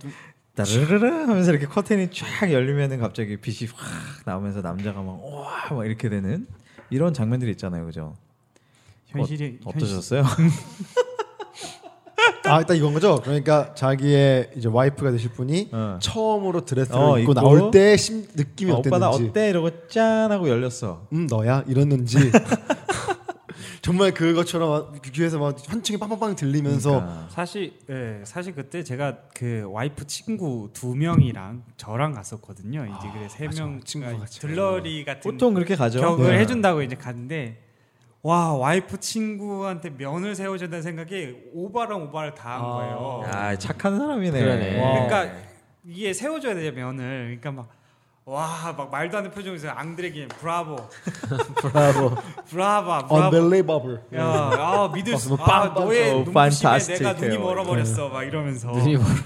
따르르르 하면서 이렇게 커튼이 쫙 열리면은 갑자기 빛이 확 나오면서 남자가 막 우와 막 이렇게 되는 이런 장면들이 있잖아요 그죠
현실이
어,
현실.
어떠셨어요?
아 일단 이건 거죠. 그러니까 자기의 이제 와이프가 되실 분이
어.
처음으로 드레스를
어,
입고
입고.
나올 때 심, 느낌이
어,
어, 땠
오빠 나
는지
어때 이러고 짠 하고 열렸어
음 너야 이랬는지 [LAUGHS] 정말 그것처럼 막 귀에서 막 환청이 빵빵빵 들리면서
그러니까.
사실 예, 사실 그때 제가 그 와이프 친구 두 명이랑 저랑 갔었거든요. 이제 그래
맞아.
세명
친구가 같이
들러리 같은
보통 그렇게 가죠
격을
네.
해준다고 이제 갔는데 와 와이프 친구한테 면을 세워준다는 생각이 오바랑 오바를 다 한
아.
거예요.
아 착한 사람이네.
그러네.
와.
그러니까 이게 세워줘야 돼요 면을. 그러니까 막. 와 막 말도 안 되는 표정에서 앙드레긴 브라보
브라보
브라바 브라보
unbelievable.
야, 아 믿을 수,
뭐
아
빵
너의
빵
눈부심에
fantastic
내가 눈이
해요.
멀어버렸어 막 이러면서
눈이 뭐 멀어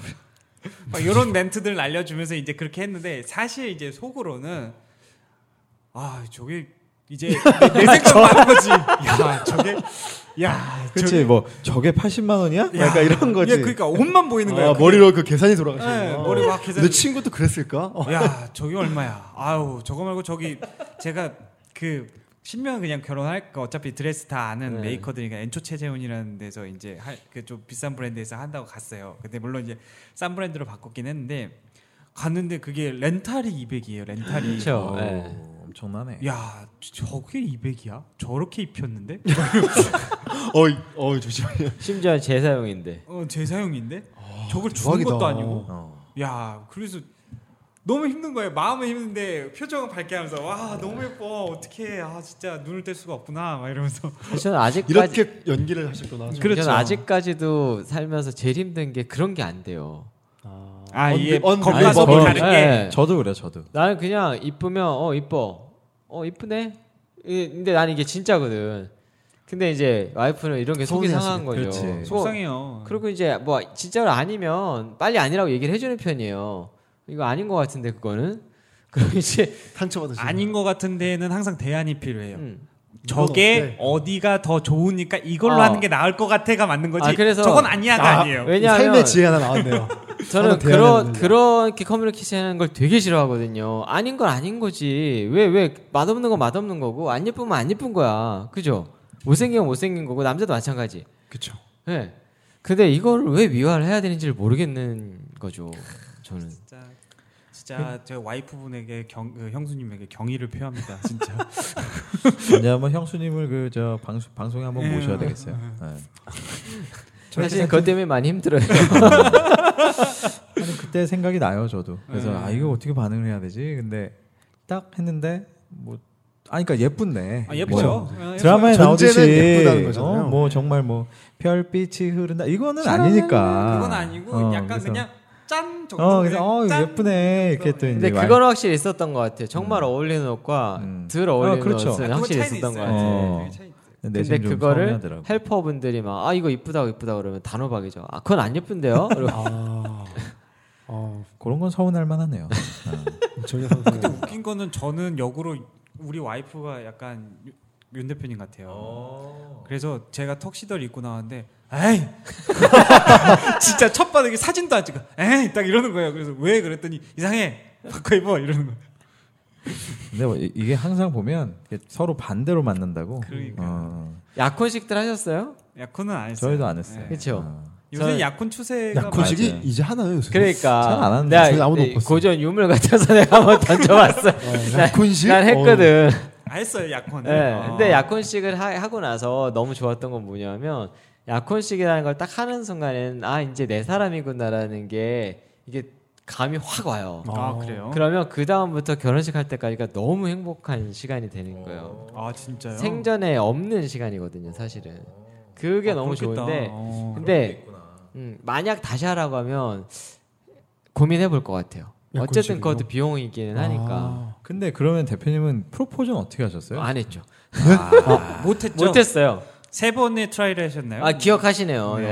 막 이런 멘트들 날려주면서 이제 그렇게 했는데 사실 이제 속으로는 아 저게 이제
[LAUGHS]
내, 내 생각 맞는 거지. 야 저게 야
그렇지 뭐 저게 80만 원이야?
야,
약간 이런
저게-
거지. 어,
예, 그러니까 옷만 보이는 거야.
아,
그게.
머리로 그 계산이
예,
돌아가시는 거.
머리 막
내
계산.
친구도 그랬을까? 어.
야 저게 얼마야? 아우 저거 말고 저기 제가 그 신명 그냥 결혼할 거 어차피 드레스 다 아는
네.
메이커들이니까 엔초 채재훈이라는 데서 이제 그좀 비싼 브랜드에서 한다고 갔어요. 근데 물론 이제 싼 브랜드로 바꿨긴 했는데 갔는데 그게 렌탈이 200이에요. 렌탈이.
그쵸.
어,
네.
엄청나네.
야 저게 200이야? 저렇게 입혔는데?
어, 이- 어, 잠시만요.
[LAUGHS] 심지어 재사용인데
어, 제 사용인데? 저걸 주는
아, 대박이다.
것도 아니고.
어.
야 그래서 너무 힘든 거예요. 마음은 힘든데 표정은 밝게 하면서 와 너무 예뻐. 어떻게 아 진짜 눈을 뗄 수가 없구나 막 이러면서.
저는 아직까지
이렇게 연기를 하셨구나.
그- 그렇죠.
저는 아직까지도 살면서 제일 힘든 게 그런 게 안 돼요.
아
언-
이게
언-
겉과
아니,
속이
저-
다른 게.
예.
네. 저도 그래 요 저도.
나는 그냥 이쁘면 어 이뻐, 어 이쁘네. 이- 근데 나는 이게 진짜거든. 근데 이제 와이프는 이런 게 속이
서운해하시겠다.
상한 거죠.
네. 그렇지.
속-
속상해요.
그리고 이제 뭐 진짜로 아니면 빨리 아니라고 얘기를 해주는 편이에요. 이거 아닌 것 같은데 그거는. [LAUGHS] 그럼 이제
상처받으시는
아닌 것 같은 데는 항상 대안이 필요해요.
음.
저게 어디가 더 좋으니까 이걸로
어.
아.
하는 게 나을 것 같아가 맞는 거지.
아, 그래서-
저건 아니야가
아,
아, 니에요
네.
왜냐하면
삶의 지혜
[LAUGHS]
하나 나왔네요.
저는
서로 대화를
그런
하는
그렇게 커뮤니케이션 하는 걸 되게 싫어하거든요. 아닌 건 아닌 거지. 왜 왜 맛없는 건 맛없는 거고 안 예쁘면 안 예쁜 거야. 그죠? 못생긴 건 못생긴 거고 남자도 마찬가지.
그렇죠.
예. 근데 이걸 왜 미화를 해야 되는지를 모르겠는 거죠. 저는
진짜 진짜 제 와이프분에게 경, 그 형수님에게 경의를 표합니다. 진짜.
언제 한번 형수님을 그 저 방송 방송에 한번
예.
모셔야 되겠어요. 네.
사실 그것 때문에 많이 힘들어요.
아니 그때 생각이 나요 저도. 그래서
예.
아 이거 어떻게 반응을 해야 되지? 근데 딱 했는데 뭐 아니까 그러니까 예쁘네.
아, 예쁘죠.
뭐
아,
드라마에
존재는
나오듯이
예쁘다는 거잖아요.
어, 뭐 정말 뭐 별빛이 흐른다 이거는
사랑은
아니니까.
그건 아니고
어,
약간
그래서-
그냥짠 정도.
어 그래서 어
짠.
예쁘네 이렇게 또 이제
근데
말-
그건 확실히 있었던 것 같아요. 정말 어울리는 옷과
음.
덜 어울리는
아, 그렇죠.
옷은
아, 그건
확실히
차이는
있었던 것
있어요.
같아요.
같아요.
네, 차이 있어요.
근데
내심 좀
그거를
서운해하더라고.
헬퍼분들이 막 아 이거 이쁘다고 이쁘다고 그러면 단호박이죠. 아 그건
[LAUGHS]
안 예쁜데요. 그리고
아, 어,
그런 건 서운할 만하네요. 어.
전혀 상상이
근데 웃긴 거는 저는 역으로 우리 와이프가 약간 유- 윤 대표님 같아요. 그래서 제가 턱시도를 입고 나왔는데 에이 [LAUGHS] 진짜 첫 반응이 사진도 안 찍어 에이 딱 이러는 거예요 그래서 왜 그랬더니 이상해 바꿔 입어 이러는 거예요
근데 뭐 이- 이게 항상 보면 이게 서로 반대로 만난다고.
그러니까요.
어,
약혼식들 하셨어요?
야 그거는 안 했어요 네.
저희도 안 했어요.
그쵸.
어.
요새
저는-
약혼 추세가
약혼식이
맞아요.
이제 하나요 요새?
잘안
그러니까
하는데
저는
내가
아무도
이
못 봤어요.
고전 유물 같아서 [LAUGHS] 내가 한번 던져봤어.
네.
약혼식?
난
어.
했거든.
많이 했어요 약혼을.
네.
아.
근데 약혼식을 하, 하고 나서 너무 좋았던 건 뭐냐면 약혼식이라는 걸 딱 하는 순간에는 아 이제 내 사람이구나라는 게 이게 감이 확 와요.
아 그래요?
그러면 그 다음부터 결혼식 할 때까지가 너무 행복한 시간이 되는 거예요.
아 진짜요?
생전에 없는 시간이거든요, 사실은. 그게
아,
너무
그렇겠다.
좋은데,
어.
근데 음, 만약 다시 하라고 하면 고민해 볼 것 같아요. 어쨌든
약혼식으로?
그것도 비용이기는 하니까
아.
어. 근데 그러면 대표님은 프로포즈는 어떻게 하셨어요?
아,
안 했죠.
못했죠. 네.
못했어요.
세 번의 트라이를 하셨나요?
아
어.
기억하시네요.
네.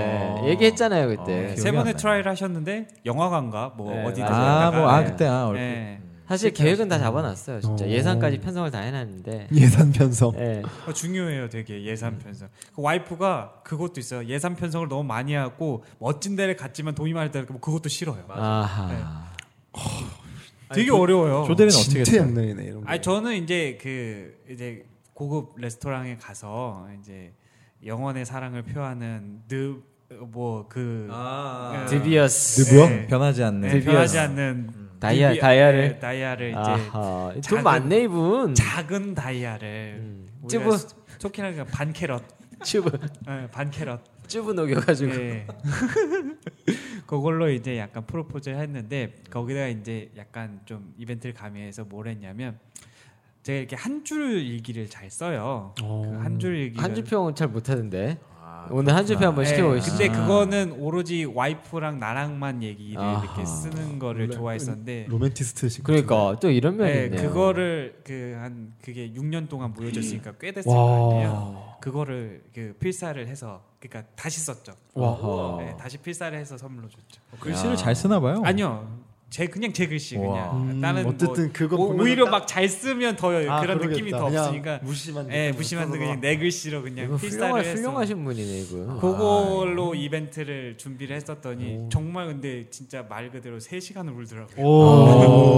네. 얘기했잖아요 그때.
어,
세
기억이 안
번의
나요.
트라이를 하셨는데 영화관가 뭐
네,
어디다
아, 뭐, 아, 그때, 아, 얼핏.
네.
사실 계획은 다 잡아놨어요. 진짜
어.
예산까지 편성을 다 해놨는데.
예산 편성.
네.
어, 중요해요, 되게
음.
예산 편성. 그 와이프가 그것도 있어요. 예산 편성을 너무 많이 하고 멋진 데를 갔지만 돈이 많이 들까 뭐 그것도 싫어요.
아하.
되게 어려워요.
아, 조대리는 어떻게
진짜
했어요?
양난이네 이런 거.
아니 저는 이제 그 이제 고급 레스토랑에 가서 이제 영원의 사랑을 표하는 느뭐그 아.
드비어스.
드비어?
네.
변하지 않는.
네, 변하지
음,
않는
다이아-
느비-
다이아를?
네, 다이아를 이제
아하. 좀
작은-
많네
음.
이분.
작은 다이아를
음.
우리가
쭈브
좋게는 반 캐럿,
쭈브
네, 반 캐럿.
쭈브 녹여가지고.
예. [LAUGHS] 그걸로 이제 약간 프로포즈를 했는데 거기다가 이제 약간 좀 이벤트를 가미해서 뭘 했냐면 제가 이렇게 한 줄 일기를 잘 써요.
어,
그 한 줄 일기.
한주평 잘 못하던데. 오늘 한주평 한번 시켜보시죠.
아, 예. 네, 근데 그거는 오로지 와이프랑 나랑만 얘기를
아하.
이렇게 쓰는 거를
원래
좋아했었는데
로맨티스트식.
그러니까 또 이런 면이
네,
있네요.
그거를 그 한 그게 6년 동안 모여졌으니까 꽤 됐을 거 아니에요.
와.
그거를 그 필사를 해서 그러니까 다시 썼죠.
와.
네, 다시 필사를 해서 선물로 줬죠.
어, 글씨를 잘 쓰나 봐요.
아니요. 제 그냥 제 글씨
우와.
그냥
음,
나는
어쨌든
뭐,
그거
오-
보면은
오히려
딱-
막 잘 쓰면 더
아,
그런
그러겠다.
느낌이 더
그냥 음,
없으니까
무심한.
예
느낌으로
무심한
써서
그냥 내 글씨로 그냥
이거 훌륭하,
필사를 했어
훌륭하신 분이네 이분.
그걸로 이벤트를 준비를 했었더니 정말 근데 진짜 말 그대로 3시간을 울더라고요 아.
오.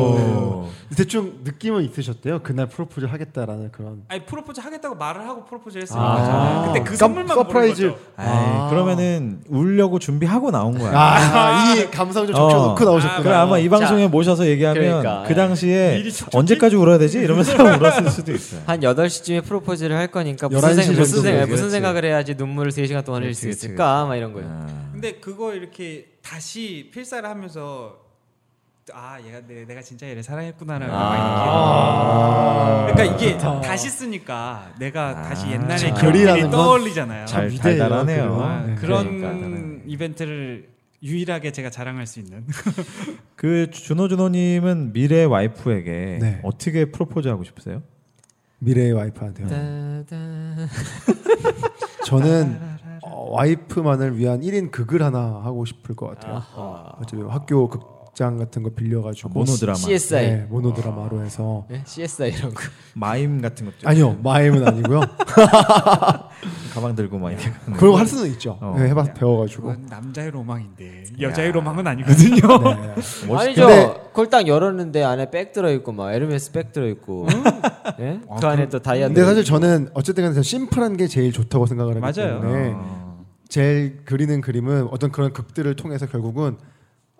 대충 느낌은 있으셨대요. 그날 프로포즈 하겠다라는 그런.
아니 프로포즈 하겠다고 말을 하고 프로포즈를
아.
했으니까 저는. 근데 그
깜-
선물만
서프라이즈.
보는 거죠
아이,
아.
그러면은 울려고 준비하고 나온 거야.
아, 이 감성 좀
어.
적셔놓고
그래
나오셨구나.
아마 이 방송에 모셔서 얘기하면
그러니까.
그 당시에
미리 촉촉히-
언제까지 울어야 되지
[LAUGHS]
이러면서 울었을 수도 있어요.
한 8시쯤에 프로포즈를 할 거니까 무슨,
11시
생, 무슨,
정도
생,
되겠지.
무슨 생각을 해야지 눈물을 3시간 동안 흘릴
그렇지,
수
그렇지,
있을까? 막 이런 거예요.
아.
근데 그거 이렇게 다시 필사를 하면서 아 얘가 내, 내가 진짜 얘를 사랑했구나라는 막 이렇게
아.
그러니까 이게 다시 쓰니까 내가 다시 옛날의
참.
기억들이
결이라는 건
떠올리잖아요.
참
잘
미대예요,
달달하네요.
그거.
아,
네.
그런
그러니까.
이벤트를 유일하게 제가 자랑할
[LAUGHS]
수 있는.
그 준호 준호님은 미래 와이프에게
네.
어떻게 프로포즈 하고 싶으세요?
미래의
네.
와이프한테요.
따단.
저는 어, 와이프만을 위한 1인 극을 하나 하고 싶을 것 같아요.
아하.
어차피 학교 극장 같은 거 빌려가지고
아, 모노 드라마, 아.
CSI.
네, 모노드라마로 해서
예? CSI 이런 거.
마임 같은 것도
아니요 마임은 아니고요.
가방 들고 막 이렇게.
그걸 할 수는 있죠.
음. 어.
네, 해봐서 배워가지고.
그건 남자의 로망인데 여자의 로망은 아니거든요.
네.
아니죠.
근데-
그걸 딱 열었는데 안에 백 들어있고, 막 에르메스 백 들어있고. 예? 그 안에 또
네.
다이아몬드.
음? 근데 사실 저는 어쨌든 간에 저는 심플한 게 제일 좋다고 생각을 하기
맞아요.
때문에 제일 그리는 그림은 어떤 그런 극들을 통해서 결국은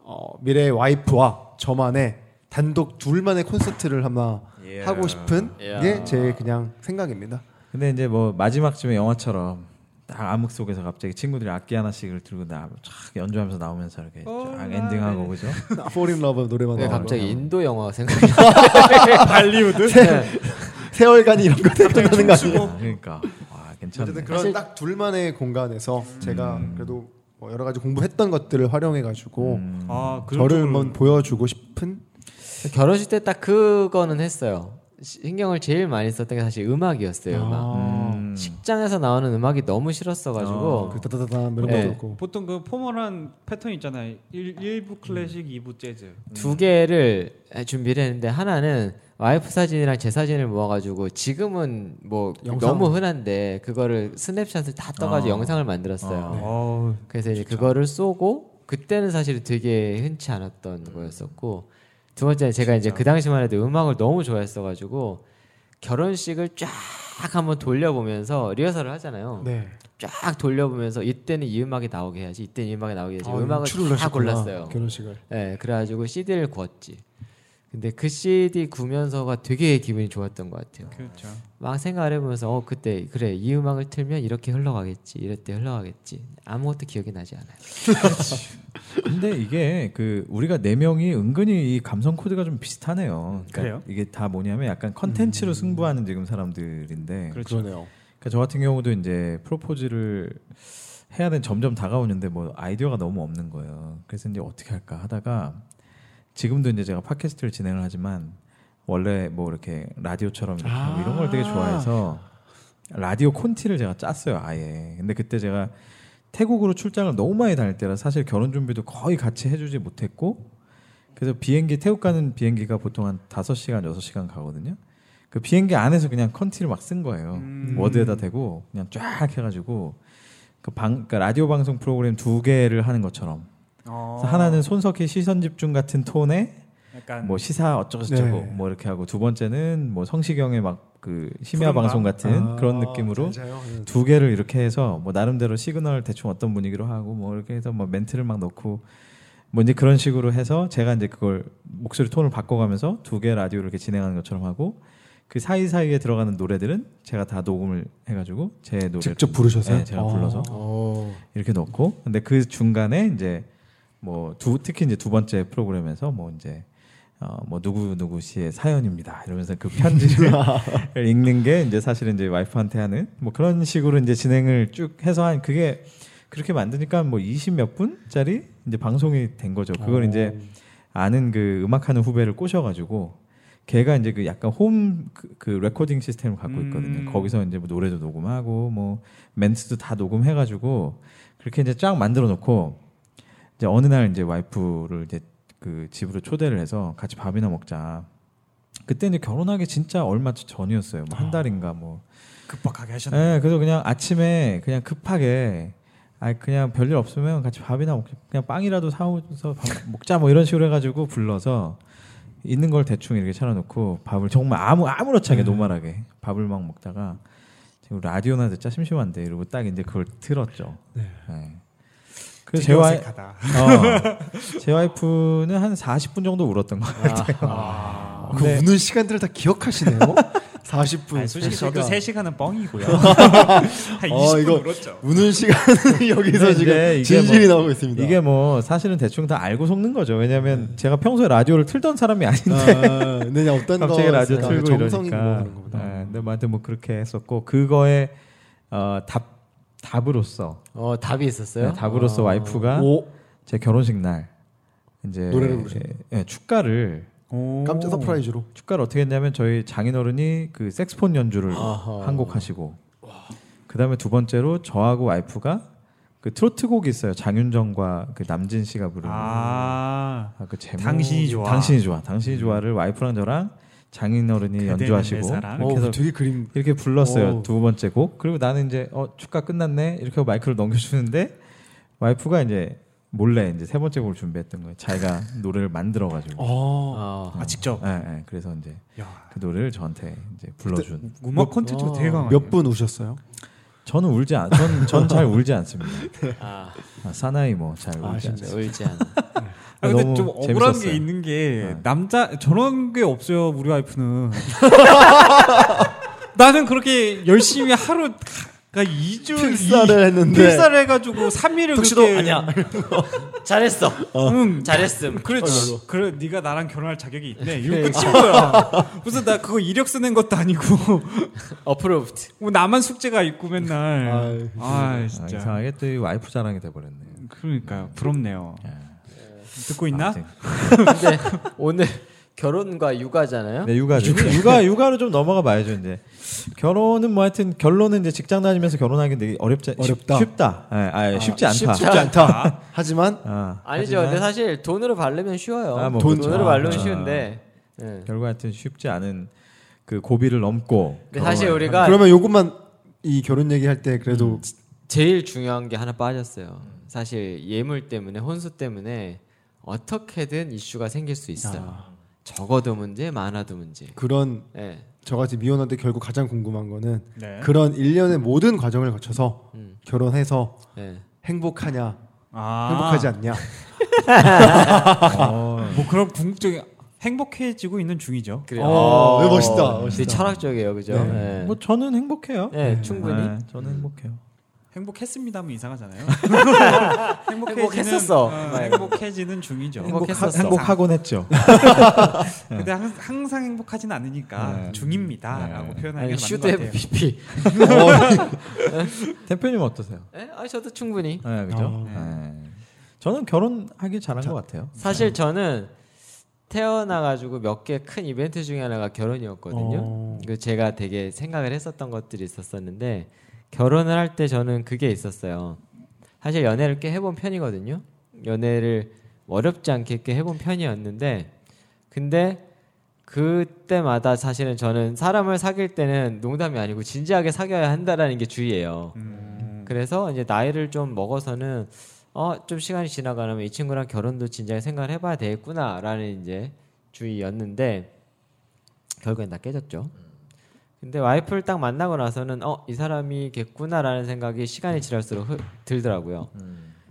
어, 미래의 와이프와 저만의 단독 둘만의 콘서트를 하나
예.
하고 싶은
예.
게 제 그냥 생각입니다.
[LAUGHS]
[LAUGHS]
근데 이제 뭐 마지막쯤에 영화처럼 딱 암흑 속에서 갑자기 친구들이 악기 하나씩을 들고 나쫙 연주하면서 나오면서 이렇게
어,
쫙
네.
엔딩하고 그죠?
Fall in Love 노래만
왜
나오고.
네, 갑자기 인도 영화 생각이 나.
발리우드 세월간이 이런 거 생각나는 거
어.
아니에요?
아, 그러니까 와 괜찮네.
어쨌든 그런
사실-
딱 둘만의 공간에서 제가
음.
그래도 뭐 여러 가지 공부했던 것들을 활용해 가지고
아, 그런
저를
쪽으로-
한번 보여주고 싶은
결혼식 때 딱 그거는 했어요. 시- 신경을 제일 많이 썼던 게 사실 음악이었어요.
아,
음악.
음.
식장에서 나오는 음악이 너무 싫었어가지고.
그 따다다다 이런
네.
것도 있고
보통 그 포멀한 패턴 있잖아요. 음. 1, 부 클래식, 2부 재즈.
두 개를 준비를 했는데 하나는 와이프 사진이랑 제 사진을 모아가지고 지금은 뭐
영상.
너무 흔한데 그거를 스냅샷을 다 떠가지고
아.
영상을 만들었어요.
어,
그래서 이제 그거를 쏘고 그때는 사실 되게 흔치
음.
않았던 거였었고 두 번째 제가 이제 그 당시만 해도 음악을 너무 좋아했어가지고 결혼식을 쫙 쫙 한번 돌려보면서 리허설을
어.
하잖아요.
네.
쫙 돌려보면서 이때는 이 음악이 나오게 해야지, 이때는 이 음악이 나오게 해야지.
어,
아,
음악을
연출을
다
하셨구나,
골랐어요.
결혼식을.
네, 그래가지고 CD를 구웠지. 근데 그 CD 구면서가 되게 기분이 좋았던 것 같아요.
그렇죠.
막 생각을 해보면서 어 그때 그래 이 음악을 틀면 이렇게 흘러가겠지, 이럴 때 흘러가겠지. 아무것도 기억이 나지 않아요.
근데 이게 그 우리가 네 명이 은근히 이 감성 코드가 좀 비슷하네요. 그러니까
그래요?
이게 다 뭐냐면 약간 컨텐츠로
음.
승부하는 지금 사람들인데
그렇죠.
그러네요.
그러니까 저 같은 경우도 이제 프로포즈를 해야 되는 점점 다가오는데 뭐 아이디어가 너무 없는 거예요. 그래서 이제 어떻게 할까 하다가 지금도 이제 제가 팟캐스트를 진행을 하지만 원래 뭐 이렇게 라디오처럼 이렇게 하고 이런 걸 되게 좋아해서 라디오 콘티를 제가 짰어요 아예. 근데 그때 제가 태국으로 출장을 너무 많이 다닐 때라 사실 결혼 준비도 거의 같이 해주지 못했고 그래서 비행기 태국 가는 비행기가 보통 한 5시간 6시간 가거든요. 그 비행기 안에서 그냥 컨티를 막 쓴 거예요.
음.
워드에다 대고 그냥 쫙 해가지고 그 방, 그러니까 라디오 방송 프로그램 두 개를 하는 것처럼
어,
그래서 하나는 손석희 시선 집중 같은 톤에
약간
뭐 시사 어쩌고저쩌고
네.
뭐 이렇게 하고 두 번째는 뭐 성시경의 막 그 심야
푸른 밤.
방송 같은
아,
그런
네,
느낌으로
잘 자요.
두 개를 이렇게 해서 뭐 나름대로 시그널 대충 어떤 분위기로 하고 뭐 이렇게 해서 뭐 멘트를 막 넣고 뭐 이제 그런 식으로 해서 제가 이제 그걸 목소리 톤을 바꿔가면서 두 개 라디오를 이렇게 진행하는 것처럼 하고 그 사이 사이에 들어가는 노래들은 제가 다 녹음을 해가지고 제 노래
직접 부르셔서요?
네, 제가
어.
불러서
오.
이렇게 넣고 근데 그 중간에 이제 뭐 두 특히 이제 두 번째 프로그램에서 뭐 이제 어뭐 누구 누구 씨의 사연입니다 이러면서 그 편지를 읽는 게 이제 사실은 이제 와이프한테 하는 뭐 그런 식으로 이제 진행을 쭉 해서 한 그게 그렇게 만드니까 뭐 20 몇 분짜리 이제 방송이 된 거죠. 그걸 이제 아는 그 음악하는 후배를 꼬셔가지고 걔가 이제 그 약간 홈 그 레코딩 시스템을 갖고 있거든요.
음.
거기서 이제 뭐 노래도 녹음하고 뭐 멘트도 다 녹음해가지고 그렇게 이제 쫙 만들어 놓고 이제 어느 날 이제 와이프를 이제 그 집으로 초대를 해서 같이 밥이나 먹자. 그때 이제 결혼하기 진짜 얼마 전이었어요. 뭐 한 달인가 뭐
급박하게 하셨나요?
네, 그래서 그냥 아침에 그냥 급하게 아 그냥 별일 없으면 같이 밥이나 먹자 그냥 빵이라도 사오면서 밥 먹자 뭐 이런 식으로 해가지고 불러서 있는 걸 대충 이렇게 차려놓고 밥을 정말 아무 아무렇지 않게 노멀하게 밥을 막 먹다가 지금 라디오나 듣자 심심한데 이러고 딱 이제 그걸 틀었죠. 네. 그래서 제
되게
와이
어색하다.
어, [LAUGHS] 제 와이프는 한 40분 정도 울었던 것 같아요. 네.
그
근데-
우는 시간들을 다
[LAUGHS]
기억하시네요. 40분.
아니, 솔직히 저도 3 시간은 뻥이고요. 한 20분
어, 이거-
울었죠.
우는 시간은 [LAUGHS] 여기서
근데
지금
이제 이게
진심이
뭐-
나오고 있습니다. [LAUGHS] 네.
이게 뭐 사실은 대충 다 알고 속는 거죠. 왜냐하면 제가 평소에 라디오를 틀던 사람이 아닌데
아, 네, 그냥 어떤
갑자기
거
라디오
있어요.
틀고
정성이
이러니까.
들어가는 거구나.
네, 근데 아무튼 뭐 그렇게 했었고 그거에 어, 답 답으로서
어 답이 있었어요?
네, 답으로서
어.
와이프가
아. 오,
제 결혼식 날 이제
노래를 부르셨네.
예, 예, 축가를
깜짝 서프라이즈로.
축가를 어떻게 했냐면 저희 장인어른이 그 색스폰 연주를 한 곡 하시고 그다음에 두 번째로 저하고 와이프가 그 트로트 곡이 있어요. 장윤정과 그 남진 씨가 부르는
아,
아, 그 제목
당신이 좋아. 음.
당신이 좋아. 당신이 좋아를 와이프랑 저랑 장인어른이
그대는
연주하시고
내 사랑.
아, 이렇게 해서
오, 되게 그림.
이렇게 불렀어요
오.
두 번째 곡 그리고 나는 이제 어 축가 끝났네 이렇게 하고 마이크를 넘겨주는데 와이프가 이제 몰래 이제 세 번째 곡을 준비했던 거예요 자기가 노래를 만들어 가지고
어.
어.
아 직접.
예, 예. 그래서 이제
야,
그 노래를 저한테 이제 불러준
음악 콘텐츠가 되게
아,
강하네요.
몇 분 우셨어요?
저는 울지 않전잘 울지 않습니다
아,
아, 사나이 뭐 잘
아,
울지 않습니다
진짜 울지 않아.
아, 근데
너무
좀 억울한
재밌었어요.
게 있는 게
네.
남자 저런 게 없어요 우리 와이프는. [LAUGHS] 나는 그렇게 열심히 하루 그러니까 2주
필사를 했는데.
필사를 해가지고 3일을
턱시도
그렇게
아니야. [LAUGHS] 잘했어. 어, [LAUGHS]
응.
잘했음.
그렇지. 그래 네가 나랑 결혼할 자격이 있네. 이거 끝인 거야. 무슨 나 그거 이력 쓰는 것도 아니고 [LAUGHS]
어프로브드.
뭐 나만 숙제가 있고 맨날.
아이,
아
아,
진짜.
이상하게 또 이 와이프 자랑이 돼버렸네요
그러니까요. 부럽네요.
예.
듣고 있나?
아무튼.
근데 오늘 결혼과 육아잖아요.
네, 육아죠. 육아, 육아로 좀 넘어가 봐야죠, 이제. 결혼은 뭐 하여튼 결론은 이제 직장 다니면서 결혼하기 되게 어렵지, 쉽-
어렵다.
쉽다. 예, 아, 쉽지 않다.
쉽지 않다. [LAUGHS] 하지만
아,
아니죠.
하지만
근데 사실 돈으로 바르면 쉬워요.
아, 뭐
돈,
그렇죠.
으로 바르면
아.
쉬운데. 예.
결국 하여튼 쉽지 않은 그 고비를 넘고.
근데 사실
뭐
우리가
그러면 요것만 이 결혼 얘기할 때 그래도
제일 중요한 게 하나 빠졌어요.
음.
사실 예물 때문에 혼수 때문에
아.
어떻게든 이슈가 생길 수 있어요. 적어도 문제, 많아도 문제.
그런
예.
저같이 미혼한테 결국 가장 궁금한 거는
네.
그런 일련의 모든 과정을 거쳐서
음.
결혼해서
네.
행복하냐
아.
행복하지 않냐
아,
어,
네.
뭐 그런 궁극적인 행복해지고 있는 중이죠.
그래요.
어,
아,
네, 멋있다,
되게
멋있다.
철학적이에요, 그죠?
네.
네.
뭐 저는 행복해요.
네, 충분히.
네, 저는 행복해요.
행복했습니다면
[LAUGHS]
이상하잖아요. 행복해지는-
행복했었어.
어,
네.
행복해지는 중이죠.
행복-
행복하,
행복했었어.
행복하곤 했죠.
근데 항- 항상 행복하진 않으니까
네.
중입니다라고
네.
표현하는
아니,
게 맞는
슈드
것 같아요.
FPP.
대표님 어떠세요?
네? 아, 저도 충분히.
네, 그죠?
어.
네. 저는 결혼하기 잘한 것 같아요.
사실 저는 태어나가지고 몇 개 큰 이벤트 중에 하나가 결혼이었거든요.
어.
그 제가 되게 생각을 했었던 것들이 있었었는데 결혼을 할 때 저는 그게 있었어요. 사실 연애를 꽤 해본 편이거든요. 연애를 어렵지 않게 꽤 해본 편이었는데 근데 그때마다 사실은 저는 사람을 사귈 때는 농담이 아니고 진지하게 사귀어야 한다라는 게 주의예요.
음,
그래서 이제 나이를 좀 먹어서는 어 좀 시간이 지나가면 이 친구랑 결혼도 진작에 생각을 해봐야 되겠구나라는 이제 주의였는데 결국엔 다 깨졌죠. 근데 와이프를 딱 만나고 나서는 어 이 사람이겠구나라는 생각이 시간이 지날수록 흐- 들더라고요.